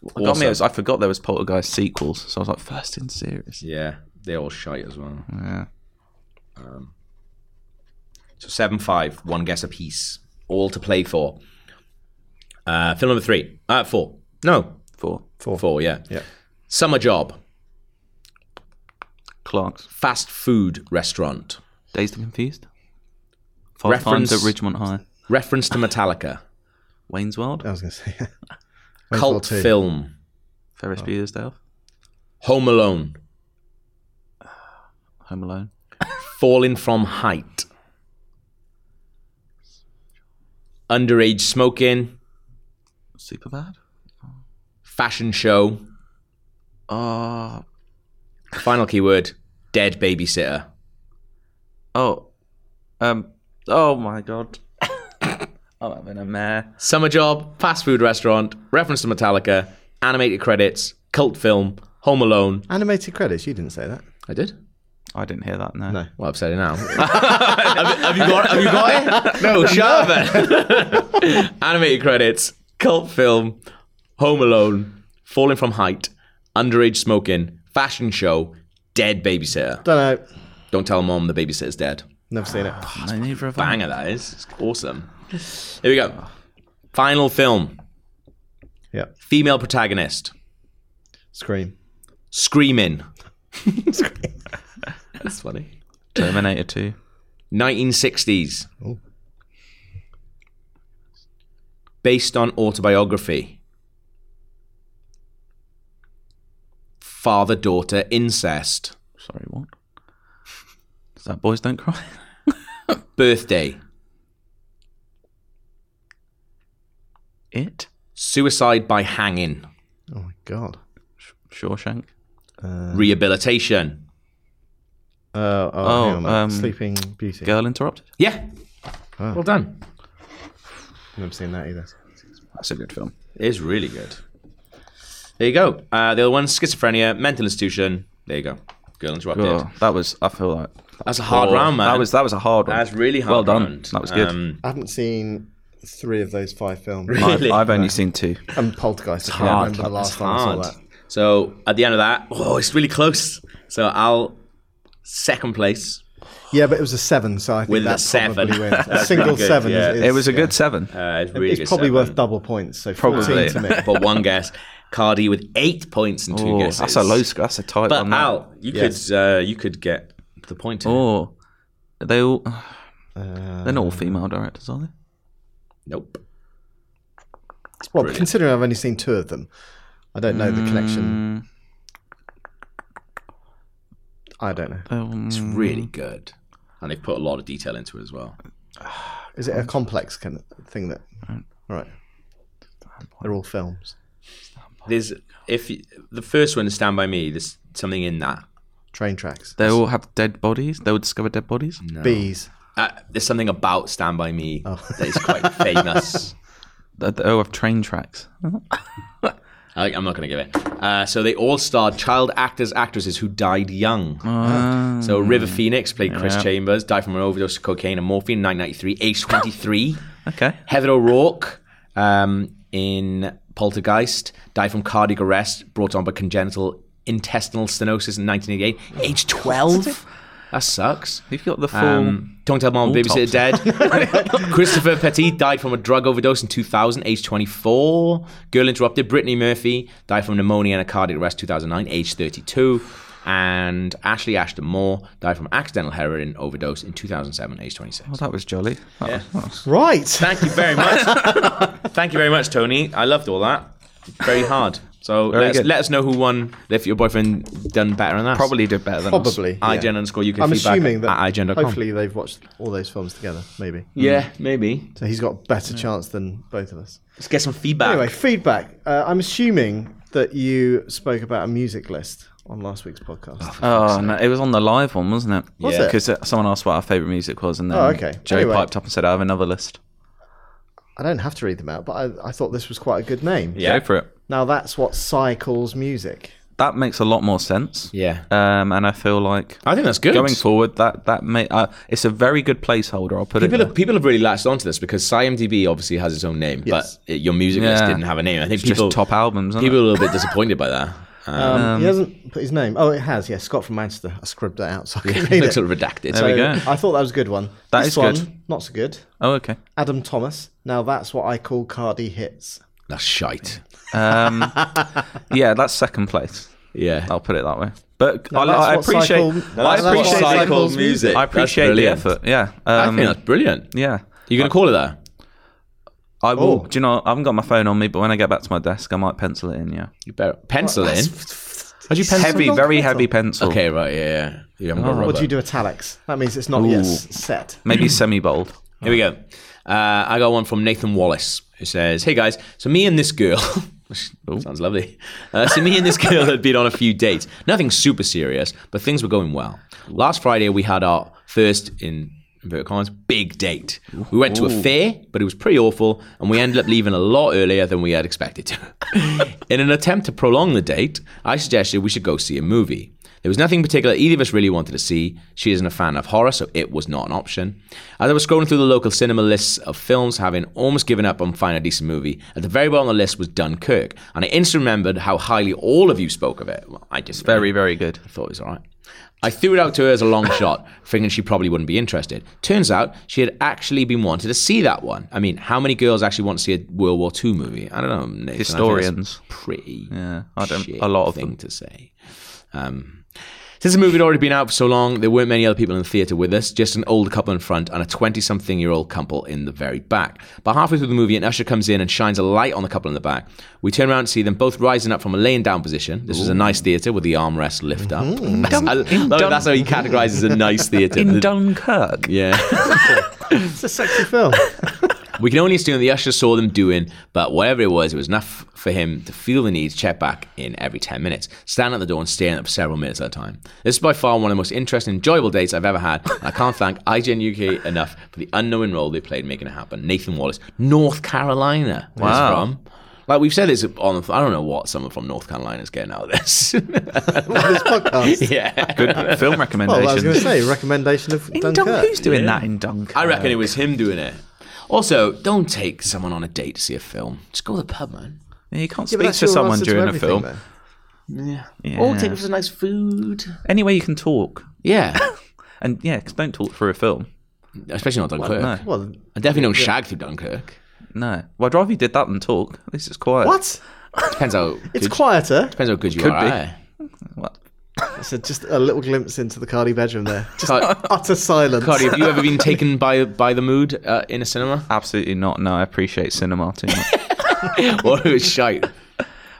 [SPEAKER 3] What got me was I forgot there was Poltergeist sequels, so I was like, first in series.
[SPEAKER 2] Yeah, they're all shite as well.
[SPEAKER 3] Yeah.
[SPEAKER 2] So seven five, one guess apiece, all to play for. Uh, film number three, uh, four. No,
[SPEAKER 3] Four.
[SPEAKER 2] four, yeah.
[SPEAKER 1] Yeah.
[SPEAKER 2] Summer job,
[SPEAKER 3] Clark's.
[SPEAKER 2] fast food restaurant.
[SPEAKER 3] Dazed and Confused? Five
[SPEAKER 2] Reference-
[SPEAKER 3] times at Ridgemont High.
[SPEAKER 2] Reference to Metallica.
[SPEAKER 3] Wayne's World?
[SPEAKER 1] I was going to say
[SPEAKER 2] Cult
[SPEAKER 1] two.
[SPEAKER 2] film.
[SPEAKER 3] Ferris
[SPEAKER 2] Oh.
[SPEAKER 3] Bueller's Day Off?
[SPEAKER 2] Home Alone.
[SPEAKER 3] Home Alone?
[SPEAKER 2] Falling from height. Underage smoking.
[SPEAKER 3] Superbad?
[SPEAKER 2] Fashion show.
[SPEAKER 3] Oh.
[SPEAKER 2] Final keyword: dead babysitter.
[SPEAKER 3] Oh. Um. Oh my god. *coughs* I'm having a mare.
[SPEAKER 2] Summer Job, Fast Food Restaurant, Reference to Metallica, Animated Credits, Cult Film, Home Alone.
[SPEAKER 1] animated credits. You didn't say that.
[SPEAKER 2] I did?
[SPEAKER 3] I didn't hear that, no.
[SPEAKER 1] No.
[SPEAKER 2] Well, I've said it *laughs* now. have, have you got, have
[SPEAKER 1] *laughs*
[SPEAKER 2] you got it? No, shut up then. *laughs* Animated Credits, Cult Film, Home Alone, Falling from Height, Underage Smoking, Fashion Show, Dead Babysitter.
[SPEAKER 1] Don't know.
[SPEAKER 2] Don't tell mom the babysitter's dead.
[SPEAKER 1] Never seen it.
[SPEAKER 3] No, neither of them.
[SPEAKER 2] Banger, that is. It's awesome. Here we go. Final film.
[SPEAKER 1] Yeah.
[SPEAKER 2] Female protagonist.
[SPEAKER 1] Scream.
[SPEAKER 2] Screaming. That's funny.
[SPEAKER 3] Terminator 2.
[SPEAKER 2] 1960s. Based on autobiography. Father daughter incest.
[SPEAKER 3] Sorry, what? Is that Boys Don't Cry? *laughs*
[SPEAKER 2] Birthday.
[SPEAKER 3] It?
[SPEAKER 2] Suicide by hanging.
[SPEAKER 1] Oh my god.
[SPEAKER 3] Shawshank?
[SPEAKER 2] Rehabilitation.
[SPEAKER 1] Uh, oh,
[SPEAKER 3] Oh,
[SPEAKER 1] hang on a minute.
[SPEAKER 3] um,
[SPEAKER 1] Sleeping Beauty.
[SPEAKER 3] Girl Interrupted?
[SPEAKER 2] Yeah. Well done.
[SPEAKER 1] Never seen that either.
[SPEAKER 3] That's a good film.
[SPEAKER 2] It is really good. There you go. Uh, the other one, schizophrenia, mental institution. There you go. Girl interrupted.
[SPEAKER 3] Oh, that was, I feel like.
[SPEAKER 2] That's a hard
[SPEAKER 3] Oh,
[SPEAKER 2] round, man.
[SPEAKER 3] That was, that was a hard one.
[SPEAKER 2] That's really hard.
[SPEAKER 3] Well done.
[SPEAKER 2] round.
[SPEAKER 3] That was good.
[SPEAKER 2] Um,
[SPEAKER 1] I haven't seen three of those five films.
[SPEAKER 2] *laughs* really.
[SPEAKER 3] I've, I've only seen two.
[SPEAKER 1] And Poltergeist. I can't
[SPEAKER 2] hard.
[SPEAKER 1] remember the last
[SPEAKER 2] It's
[SPEAKER 1] time I
[SPEAKER 2] hard.
[SPEAKER 1] saw that.
[SPEAKER 2] So at the end of that, oh, it's really close. So I'll second place
[SPEAKER 1] Yeah, but it was a seven, so I think
[SPEAKER 2] with a
[SPEAKER 1] that
[SPEAKER 2] seven.
[SPEAKER 1] probably wins. A
[SPEAKER 2] *laughs* That's
[SPEAKER 1] single
[SPEAKER 2] really good,
[SPEAKER 1] seven.
[SPEAKER 2] yeah.
[SPEAKER 1] Is, is-
[SPEAKER 3] It was a good seven.
[SPEAKER 2] Uh, it's really
[SPEAKER 1] It's
[SPEAKER 2] good
[SPEAKER 1] probably
[SPEAKER 2] seven.
[SPEAKER 1] worth double points. So
[SPEAKER 3] Probably.
[SPEAKER 1] fourteen to me.
[SPEAKER 2] *laughs* But one guess, Cardi with eight points and two
[SPEAKER 3] Oh,
[SPEAKER 2] guesses.
[SPEAKER 3] that's a low score. That's a tight
[SPEAKER 2] But
[SPEAKER 3] one. that.
[SPEAKER 2] Al, you could uh, you could get the point. here.
[SPEAKER 3] Oh, are they all. *sighs* they're not all female directors, are they?
[SPEAKER 2] Nope.
[SPEAKER 1] Well, considering I've only seen two of them, I don't know the connection.
[SPEAKER 2] Mm.
[SPEAKER 1] I don't know.
[SPEAKER 3] Um,
[SPEAKER 2] It's really good, and they've put a lot of detail into it as well.
[SPEAKER 1] Is it a complex kind of thing that?
[SPEAKER 2] Mm.
[SPEAKER 1] All right. They're all films.
[SPEAKER 2] There's if you, the first one, Stand by Me. There's something in that.
[SPEAKER 1] Train tracks.
[SPEAKER 3] they all have dead bodies. They all discover dead bodies.
[SPEAKER 1] Bees.
[SPEAKER 2] Uh, there's something about Stand by Me
[SPEAKER 1] Oh.
[SPEAKER 2] that is quite
[SPEAKER 1] *laughs*
[SPEAKER 2] famous.
[SPEAKER 3] They, they all have train tracks.
[SPEAKER 2] I, I'm not going to give it. Uh, so they all starred child actors, actresses who died young. so River Phoenix played Chris Chambers, died from an overdose of cocaine and morphine in 1993, age 23.
[SPEAKER 3] Okay.
[SPEAKER 2] Heather O'Rourke um, in Poltergeist, died from cardiac arrest, brought on by congenital intestinal stenosis in 1988, age 12. That sucks.
[SPEAKER 3] You've got the full.
[SPEAKER 2] Um, Don't tell mom, babysitter dead. *laughs*
[SPEAKER 3] *laughs*
[SPEAKER 2] Christopher Petit died from a drug overdose in 2000, age 24. Girl interrupted. Brittany Murphy died from pneumonia and a cardiac arrest 2009, age 32. And Ashley Ashton Moore died from accidental heroin overdose in 2007, age 26.
[SPEAKER 3] well, oh, that was jolly. That was- *laughs*
[SPEAKER 1] Right.
[SPEAKER 2] Thank you very much. *laughs* Thank you very much, Tony. I loved all that. Very hard. So
[SPEAKER 3] Very
[SPEAKER 2] let us,
[SPEAKER 3] good.
[SPEAKER 2] let us know who won. If your boyfriend done better than us,
[SPEAKER 3] probably did better than us.
[SPEAKER 1] Probably. yeah.
[SPEAKER 2] IGN underscore UK
[SPEAKER 1] I'm
[SPEAKER 2] feedback
[SPEAKER 1] assuming that
[SPEAKER 2] at IGN.com.
[SPEAKER 1] hopefully they've watched all those films together,
[SPEAKER 3] Mm.
[SPEAKER 1] maybe.
[SPEAKER 2] Yeah, maybe.
[SPEAKER 1] So he's got better chance than both of us.
[SPEAKER 2] Let's get some feedback.
[SPEAKER 1] Anyway, feedback. Uh, I'm assuming that you spoke about a music list on last week's podcast.
[SPEAKER 3] Oh no, it was on the live one, wasn't it?
[SPEAKER 1] Was Yeah. it?
[SPEAKER 3] Because uh, someone asked what our favourite music was, and then
[SPEAKER 1] Oh, okay.
[SPEAKER 3] Joe
[SPEAKER 1] Anyway.
[SPEAKER 3] piped up and said, "I have another list.
[SPEAKER 1] I don't have to read them out, but I, I thought this was quite a good name.
[SPEAKER 2] yeah.
[SPEAKER 3] Go for it."
[SPEAKER 1] Now that's what Psy calls music.
[SPEAKER 3] That makes a lot more sense.
[SPEAKER 2] Yeah.
[SPEAKER 3] Um, and I feel like
[SPEAKER 2] Uh, I think that's good.
[SPEAKER 3] going forward, that that may uh, it's a very good placeholder. I'll put
[SPEAKER 2] People
[SPEAKER 3] it.
[SPEAKER 2] have, people have really latched onto this because SciMDB obviously has its own name,
[SPEAKER 1] Yes.
[SPEAKER 2] but it, your music list
[SPEAKER 3] Yeah.
[SPEAKER 2] didn't have a name. I think
[SPEAKER 3] It's just
[SPEAKER 2] people,
[SPEAKER 3] top albums, isn't
[SPEAKER 2] people are a little bit disappointed by
[SPEAKER 1] *laughs*
[SPEAKER 2] that. Uh,
[SPEAKER 1] Um, he hasn't put his name. Oh, it has. Yeah, Scott from Manchester. I scribbled that out so I
[SPEAKER 3] *laughs*
[SPEAKER 1] can
[SPEAKER 2] it
[SPEAKER 1] read
[SPEAKER 2] looks
[SPEAKER 1] it.
[SPEAKER 2] sort of redacted.
[SPEAKER 3] There we
[SPEAKER 2] So-
[SPEAKER 3] go.
[SPEAKER 1] I thought that was a good one.
[SPEAKER 3] That
[SPEAKER 1] this
[SPEAKER 3] is
[SPEAKER 1] one,
[SPEAKER 3] good.
[SPEAKER 1] Not so good.
[SPEAKER 3] Oh, okay.
[SPEAKER 1] Adam Thomas. Now that's what I call Cardi hits.
[SPEAKER 2] That's shite.
[SPEAKER 3] Um,
[SPEAKER 2] *laughs*
[SPEAKER 3] Yeah, that's second place.
[SPEAKER 2] Yeah.
[SPEAKER 3] I'll put it that way. But I,
[SPEAKER 1] that's
[SPEAKER 3] I
[SPEAKER 1] what
[SPEAKER 3] appreciate.
[SPEAKER 1] cycle-
[SPEAKER 3] I
[SPEAKER 1] that's what
[SPEAKER 3] appreciate.
[SPEAKER 1] cycle
[SPEAKER 3] the-
[SPEAKER 1] cycles music.
[SPEAKER 3] I
[SPEAKER 2] That's
[SPEAKER 3] appreciate the
[SPEAKER 2] brilliant.
[SPEAKER 3] effort. Yeah.
[SPEAKER 2] I
[SPEAKER 3] Um,
[SPEAKER 2] think that's brilliant.
[SPEAKER 3] yeah.
[SPEAKER 2] You're going to call it that?
[SPEAKER 3] I will.
[SPEAKER 1] Oh.
[SPEAKER 3] Do you know? I haven't got my phone on me, but when I get back to my desk, I might pencil it in. Yeah.
[SPEAKER 2] You better pencil in. How'd you pencil
[SPEAKER 3] Heavy,
[SPEAKER 1] not
[SPEAKER 3] very
[SPEAKER 1] pencil.
[SPEAKER 3] heavy pencil.
[SPEAKER 2] Okay, right, yeah, yeah. You haven't got
[SPEAKER 1] Or
[SPEAKER 2] rubber.
[SPEAKER 1] Oh, do you do italics? That means it's not yet s- set.
[SPEAKER 3] Maybe semi bold.
[SPEAKER 2] Here we go. Uh, I got one from Nathan Wallace who says, "Hey guys, so me and this girl." *laughs* which Sounds lovely. Uh, so me and this girl had been on a few dates. Nothing super serious, but things were going well. Last Friday we had our first in inverted commas big date. We went to a fair, but it was pretty awful, and we ended up leaving a lot earlier than we had expected to. *laughs* in an attempt to prolong the date, I suggested we should go see a movie. There was nothing in particular either of us really wanted to see. She isn't a fan of horror, so it was not an option. As I was scrolling through the local cinema lists of films, having almost given up on finding a decent movie, at the very bottom of the list was Dunkirk, and I instantly remembered how highly all of you spoke of it. Well, I just
[SPEAKER 3] Very, very good.
[SPEAKER 2] I thought it was all right. I threw it out to her as a
[SPEAKER 3] *laughs*
[SPEAKER 2] long shot, thinking she probably wouldn't be interested. Turns out she had actually been wanting to see that one. I mean, how many girls actually want to see a World War II movie? I don't know. Nathan, I think that's
[SPEAKER 3] Historians.
[SPEAKER 2] pretty.
[SPEAKER 3] Yeah, I don't-
[SPEAKER 2] shit
[SPEAKER 3] a lot of
[SPEAKER 2] thing
[SPEAKER 3] them.
[SPEAKER 2] to say. Um, Since the movie had already been out for so long, there weren't many other people in the theatre with us, just an old couple in front and a 20 something year old couple in the very back. But halfway through the movie, an usher comes in and shines a light on the couple in the back. We turn around and see them both rising up from a laying down position. This was a nice theatre with the armrest lift up. That's, I love it. That's how he categorizes a nice theatre.
[SPEAKER 3] in
[SPEAKER 2] The-
[SPEAKER 3] Dunkirk.
[SPEAKER 2] yeah. *laughs*
[SPEAKER 1] It's a sexy
[SPEAKER 3] *laughs*
[SPEAKER 1] film.
[SPEAKER 2] We can only assume the usher saw them doing, but whatever it was, it was enough for him to feel the need to check back in every 10 minutes, stand at the door and staring at it for several minutes at a time. This is by far one of the most interesting, enjoyable dates I've ever had. and I can't thank IGN UK enough for the unknown role they played in making it happen. Nathan Wallace, North Carolina. where he's
[SPEAKER 3] Wow.
[SPEAKER 2] from. Like we've said this on, I don't know what someone from North Carolina is getting out of this.
[SPEAKER 1] this podcast.
[SPEAKER 2] *laughs* yeah.
[SPEAKER 3] Good *laughs* film
[SPEAKER 1] *laughs* Well, I
[SPEAKER 3] recommendations.
[SPEAKER 1] was going to say recommendation of
[SPEAKER 3] in Dunk,
[SPEAKER 1] Dunkirk.
[SPEAKER 3] who's doing that in Dunkirk?
[SPEAKER 2] I reckon it was him doing it. Also, don't take someone on a date to see a film. Just go to the pub, man.
[SPEAKER 3] Yeah, you can't
[SPEAKER 1] Yeah, but
[SPEAKER 3] speak
[SPEAKER 1] that's
[SPEAKER 3] to
[SPEAKER 1] your
[SPEAKER 3] someone
[SPEAKER 1] answer to
[SPEAKER 3] during a
[SPEAKER 1] everything,
[SPEAKER 3] film.
[SPEAKER 1] though.
[SPEAKER 2] Yeah.
[SPEAKER 3] Or take us
[SPEAKER 2] some nice food.
[SPEAKER 3] Any way you can talk,
[SPEAKER 2] Yeah. *laughs*
[SPEAKER 3] and yeah, because don't talk through a film.
[SPEAKER 2] Especially not Dunkirk.
[SPEAKER 3] No,
[SPEAKER 1] Well,
[SPEAKER 2] I definitely don't shag through Dunkirk.
[SPEAKER 3] no. Well, I'd rather you did that than talk. At least it's quiet.
[SPEAKER 1] what?
[SPEAKER 2] Depends how
[SPEAKER 1] It's
[SPEAKER 2] good,
[SPEAKER 1] quieter.
[SPEAKER 2] depends how good you
[SPEAKER 3] Could
[SPEAKER 2] are.
[SPEAKER 3] be. *laughs*
[SPEAKER 2] eh?
[SPEAKER 3] What?
[SPEAKER 1] So just a little glimpse into the Cardi bedroom there. Just
[SPEAKER 2] Car-
[SPEAKER 1] utter silence.
[SPEAKER 2] Cardi, have you ever been taken by by the mood uh, in a
[SPEAKER 3] *laughs*
[SPEAKER 2] cinema?
[SPEAKER 3] Absolutely not. No, I appreciate cinema too
[SPEAKER 1] *laughs*
[SPEAKER 3] much.
[SPEAKER 2] or it was
[SPEAKER 3] *laughs*
[SPEAKER 2] shite.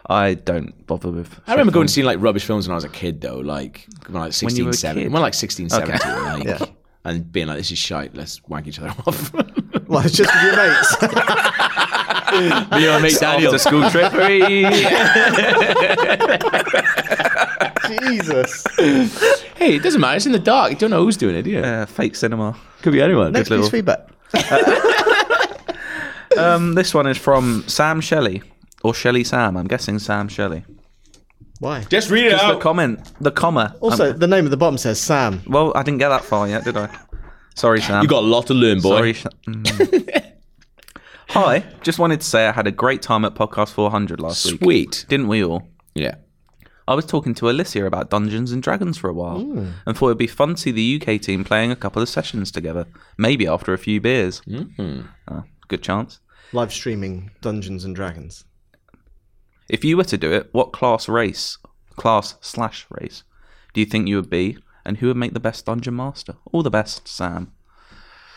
[SPEAKER 3] I don't bother with.
[SPEAKER 2] I remember going to see like rubbish films when I was a kid though, like when I was
[SPEAKER 3] When you
[SPEAKER 2] 16,
[SPEAKER 3] were a
[SPEAKER 2] 17.
[SPEAKER 3] kid?
[SPEAKER 2] When like 16, 17,
[SPEAKER 3] *laughs*
[SPEAKER 2] like,
[SPEAKER 1] Yeah.
[SPEAKER 2] and being like, this is shite, let's wank each other off.
[SPEAKER 1] *laughs*
[SPEAKER 2] *laughs*
[SPEAKER 1] Well, it's just with your mates.
[SPEAKER 2] you know, mate Daniel. *laughs*
[SPEAKER 3] After school trip. *laughs*
[SPEAKER 1] Jesus.
[SPEAKER 2] Hey, it doesn't matter. It's in the dark. You don't know who's doing it, do you?
[SPEAKER 3] uh, fake cinema.
[SPEAKER 2] Could be anyone.
[SPEAKER 1] Next piece
[SPEAKER 3] little-
[SPEAKER 1] of feedback.
[SPEAKER 3] Um, this one is from Sam Shelley or Shelley Sam. I'm guessing Sam Shelley.
[SPEAKER 1] Why?
[SPEAKER 2] Just read it
[SPEAKER 3] Just
[SPEAKER 2] out.
[SPEAKER 3] the comment, the comma.
[SPEAKER 1] Also,
[SPEAKER 3] Um,
[SPEAKER 1] the name at the bottom says Sam.
[SPEAKER 3] well, I didn't get that far yet, did I? Sorry, Sam.
[SPEAKER 2] you got a lot to learn, boy. *laughs*
[SPEAKER 3] Sorry. Sh- mm. Hi, just wanted to say I had a great time at Podcast 400 last week.
[SPEAKER 2] Sweet.
[SPEAKER 3] Didn't we all?
[SPEAKER 2] Yeah.
[SPEAKER 3] I was talking to Alicia about Dungeons and Dragons for a while and thought it'd be fun to see the UK team playing a couple of sessions together, maybe after a few beers. Mm-hmm. good chance.
[SPEAKER 1] Live streaming Dungeons and Dragons.
[SPEAKER 3] If you were to do it, what class race, class slash race, do you think you would be, and who would make the best dungeon master? All the best, Sam.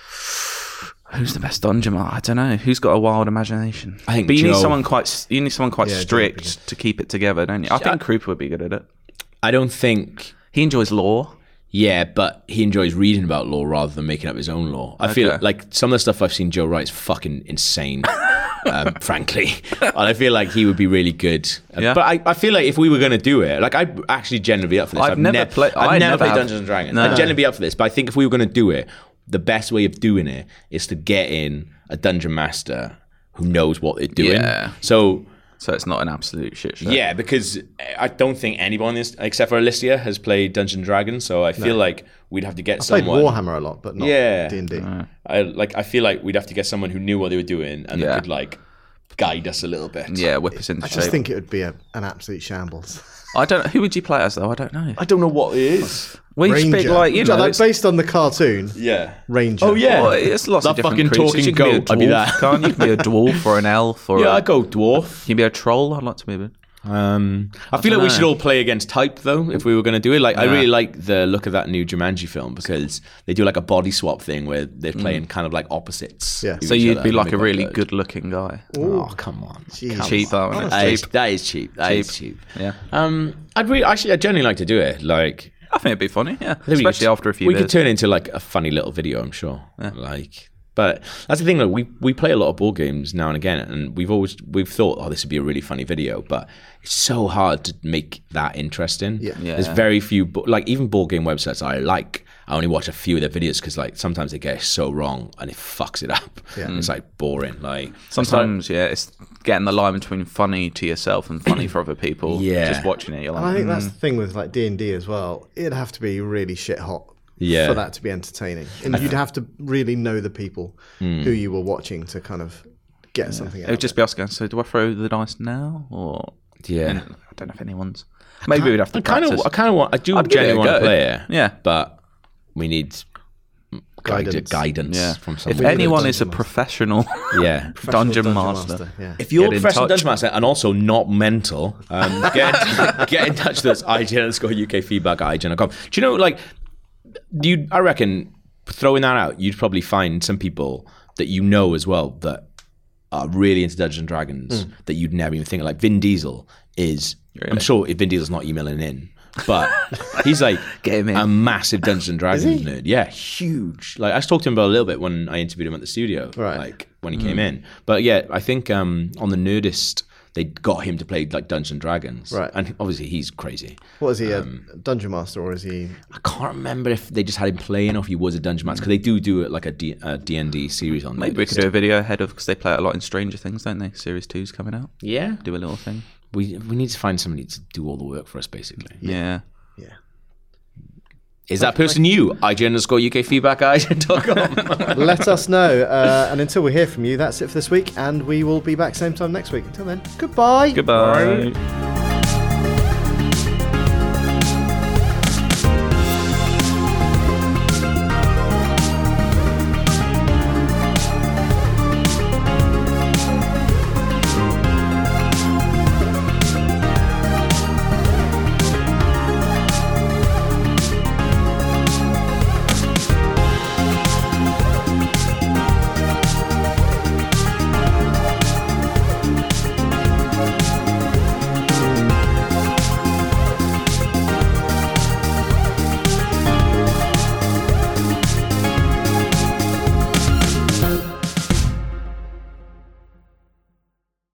[SPEAKER 3] *sighs* Who's the best dungeon master? I don't know. Who's got a wild imagination?
[SPEAKER 2] I think
[SPEAKER 3] but you need
[SPEAKER 2] Joe.
[SPEAKER 3] someone quite. s- You need someone quite
[SPEAKER 1] Joe would be
[SPEAKER 3] strict to keep it together, don't you? I think Cooper would be good at it.
[SPEAKER 2] I don't think.
[SPEAKER 3] He enjoys law.
[SPEAKER 2] Yeah, but he enjoys reading about law rather than making up his own law. I feel
[SPEAKER 3] Okay.
[SPEAKER 2] like some of the stuff I've seen Joe write is fucking
[SPEAKER 3] *laughs*
[SPEAKER 2] insane, um, frankly. And I feel like he would be really good. Uh,
[SPEAKER 3] Yeah.
[SPEAKER 2] But I, I feel like if we were going to do it, like I'd actually generally be up for this.
[SPEAKER 3] I've never
[SPEAKER 2] nev-
[SPEAKER 3] played-
[SPEAKER 2] I've
[SPEAKER 3] I
[SPEAKER 2] never
[SPEAKER 3] never
[SPEAKER 2] played
[SPEAKER 3] have.
[SPEAKER 2] Dungeons and Dragons.
[SPEAKER 3] No.
[SPEAKER 2] I'd generally be up for this. But I think if we were going to do it, the best way of doing it is to get in a dungeon master who knows what they're doing.
[SPEAKER 3] Yeah.
[SPEAKER 2] So
[SPEAKER 3] So it's not an absolute shit show.
[SPEAKER 2] Yeah, because I don't think anyone is, except for Alicia has played Dungeon Dragons, so I feel like we'd have to get
[SPEAKER 1] Played
[SPEAKER 2] someone.
[SPEAKER 1] Warhammer a lot, but not
[SPEAKER 2] Yeah.
[SPEAKER 1] D&D.
[SPEAKER 2] I like I feel like we'd have to get someone who knew what they were doing and
[SPEAKER 3] Yeah.
[SPEAKER 2] could like guide us a little bit.
[SPEAKER 3] Yeah, whip us into
[SPEAKER 1] I just
[SPEAKER 3] shape.
[SPEAKER 1] think it would be a, an absolute shambles. *laughs*
[SPEAKER 3] I don't. Who would you play as though? I don't know.
[SPEAKER 2] I don't know what it is.
[SPEAKER 3] We just pick like you
[SPEAKER 1] Which
[SPEAKER 3] know.
[SPEAKER 1] I like,
[SPEAKER 3] it's-
[SPEAKER 1] based on the cartoon,
[SPEAKER 2] Yeah.
[SPEAKER 1] Ranger.
[SPEAKER 2] Oh yeah.
[SPEAKER 3] well, it's lots of
[SPEAKER 2] That fucking
[SPEAKER 3] different creatures.
[SPEAKER 2] talking
[SPEAKER 3] you
[SPEAKER 2] goat,
[SPEAKER 3] can Be a
[SPEAKER 2] I'd be
[SPEAKER 3] dwarf,
[SPEAKER 2] that.
[SPEAKER 3] Can't you? you can be a dwarf or an
[SPEAKER 1] *laughs*
[SPEAKER 3] elf or
[SPEAKER 2] Yeah,
[SPEAKER 3] a,
[SPEAKER 2] I go dwarf.
[SPEAKER 3] you can be a troll. I'd like to be a bit.
[SPEAKER 2] Um, I feel like we
[SPEAKER 3] dunno.
[SPEAKER 2] should all play against type though. If we were going to do it, like I really like the look of that new Jumanji film because they do like a body swap thing where they're playing kind of like opposites.
[SPEAKER 1] Yeah.
[SPEAKER 2] of
[SPEAKER 3] So
[SPEAKER 2] each
[SPEAKER 3] you'd
[SPEAKER 2] other
[SPEAKER 3] be
[SPEAKER 2] and
[SPEAKER 3] like
[SPEAKER 2] make
[SPEAKER 3] a
[SPEAKER 2] up
[SPEAKER 3] really
[SPEAKER 2] those.
[SPEAKER 3] good-looking guy.
[SPEAKER 2] Oh come on.
[SPEAKER 1] Jeez.
[SPEAKER 3] Cheap, that one.
[SPEAKER 2] That is
[SPEAKER 3] Cheap.
[SPEAKER 2] that is cheap. That is cheap.
[SPEAKER 3] Yeah.
[SPEAKER 2] Um, I'd really, actually, I'd generally like to do it. Like,
[SPEAKER 3] I think it'd be funny. Yeah,
[SPEAKER 2] I think we could-
[SPEAKER 3] especially after a few.
[SPEAKER 2] we could
[SPEAKER 3] beers.
[SPEAKER 2] turn into like a funny little video. I'm sure. Like, but that's the thing. Like, we we play a lot of board games now and again, and we've always we've thought, oh, this would be a really funny video, but it's so hard to make that interesting.
[SPEAKER 1] Yeah. Yeah.
[SPEAKER 2] There's very few, bo- like even board game websites I like. I only watch a few of their videos because like sometimes they get it so wrong and it fucks it up.
[SPEAKER 1] Yeah.
[SPEAKER 2] It's like boring. Like
[SPEAKER 3] Sometimes, yeah, it's getting the line between funny to yourself and funny for other
[SPEAKER 2] *clears throat*
[SPEAKER 3] people.
[SPEAKER 2] Yeah.
[SPEAKER 3] just watching it, you're
[SPEAKER 1] I
[SPEAKER 3] like,
[SPEAKER 1] think that's the thing with like D and D as well. It'd have to be really shit hot
[SPEAKER 2] Yeah.
[SPEAKER 1] for that to be entertaining, and you'd have to really know the people who you were watching to kind of get something.
[SPEAKER 3] Mm. it
[SPEAKER 1] Out
[SPEAKER 3] would
[SPEAKER 1] of it
[SPEAKER 3] just be us going. So do I throw the dice now, or
[SPEAKER 2] Yeah.
[SPEAKER 3] I don't know if anyone's. Maybe we'd have to
[SPEAKER 2] I kind of,
[SPEAKER 3] practice.
[SPEAKER 2] I kind of want. I do
[SPEAKER 3] I'd give it
[SPEAKER 2] genuinely
[SPEAKER 3] a
[SPEAKER 2] want to
[SPEAKER 3] go.
[SPEAKER 2] play it.
[SPEAKER 3] Yeah.
[SPEAKER 2] but we need
[SPEAKER 1] Guidance.
[SPEAKER 2] guidance, guidance
[SPEAKER 3] Yeah.
[SPEAKER 2] from
[SPEAKER 3] if
[SPEAKER 2] somebody.
[SPEAKER 3] anyone is a
[SPEAKER 1] dungeon master.
[SPEAKER 3] *laughs* professional
[SPEAKER 2] yeah.
[SPEAKER 1] Professional
[SPEAKER 3] dungeon, master,
[SPEAKER 1] Yeah.
[SPEAKER 2] If you're
[SPEAKER 3] Get
[SPEAKER 2] a
[SPEAKER 3] in
[SPEAKER 2] professional
[SPEAKER 3] touch.
[SPEAKER 2] dungeon master and also not mental,
[SPEAKER 3] *laughs*
[SPEAKER 2] um, get, get in touch with us, IGN underscore UK feedback at IGN.com. Do you know, like, you, I reckon throwing that out, you'd probably find some people that you know as well that are really into Dungeons and
[SPEAKER 3] Hmm.
[SPEAKER 2] Dragons that you'd never even think of. Like, Vin Diesel is, I'm sure Vin Diesel's not emailing in.
[SPEAKER 3] *laughs*
[SPEAKER 2] But he's like
[SPEAKER 3] Get him in.
[SPEAKER 2] a massive Dungeons and Dragons nerd. Yeah, huge. Like I talked to him about a little bit when I interviewed him at the studio.
[SPEAKER 1] Right.
[SPEAKER 2] Like when he came in. But yeah, I think um, on the Nerdist they got him to play like Dungeons and Dragons.
[SPEAKER 1] Right.
[SPEAKER 2] And obviously he's crazy.
[SPEAKER 1] What is he, a
[SPEAKER 3] Um,
[SPEAKER 1] dungeon master or is he?
[SPEAKER 2] I can't remember if they just had him playing or if he was a dungeon master because they do do it like a D and D series on.
[SPEAKER 3] Maybe we could do a video ahead of because they play it a lot in Stranger Things, don't they? Series two's coming out.
[SPEAKER 2] Yeah.
[SPEAKER 3] Do a little thing.
[SPEAKER 2] We we need to find somebody to do all the work for us. Basically,
[SPEAKER 3] Yeah.
[SPEAKER 1] Yeah.
[SPEAKER 2] is that person you? IGN underscore UK feedback at IGN.com.
[SPEAKER 1] Let us know. Uh, and until we hear from you, that's it for this week. And we will be back same time next week. Until then, goodbye.
[SPEAKER 3] Goodbye.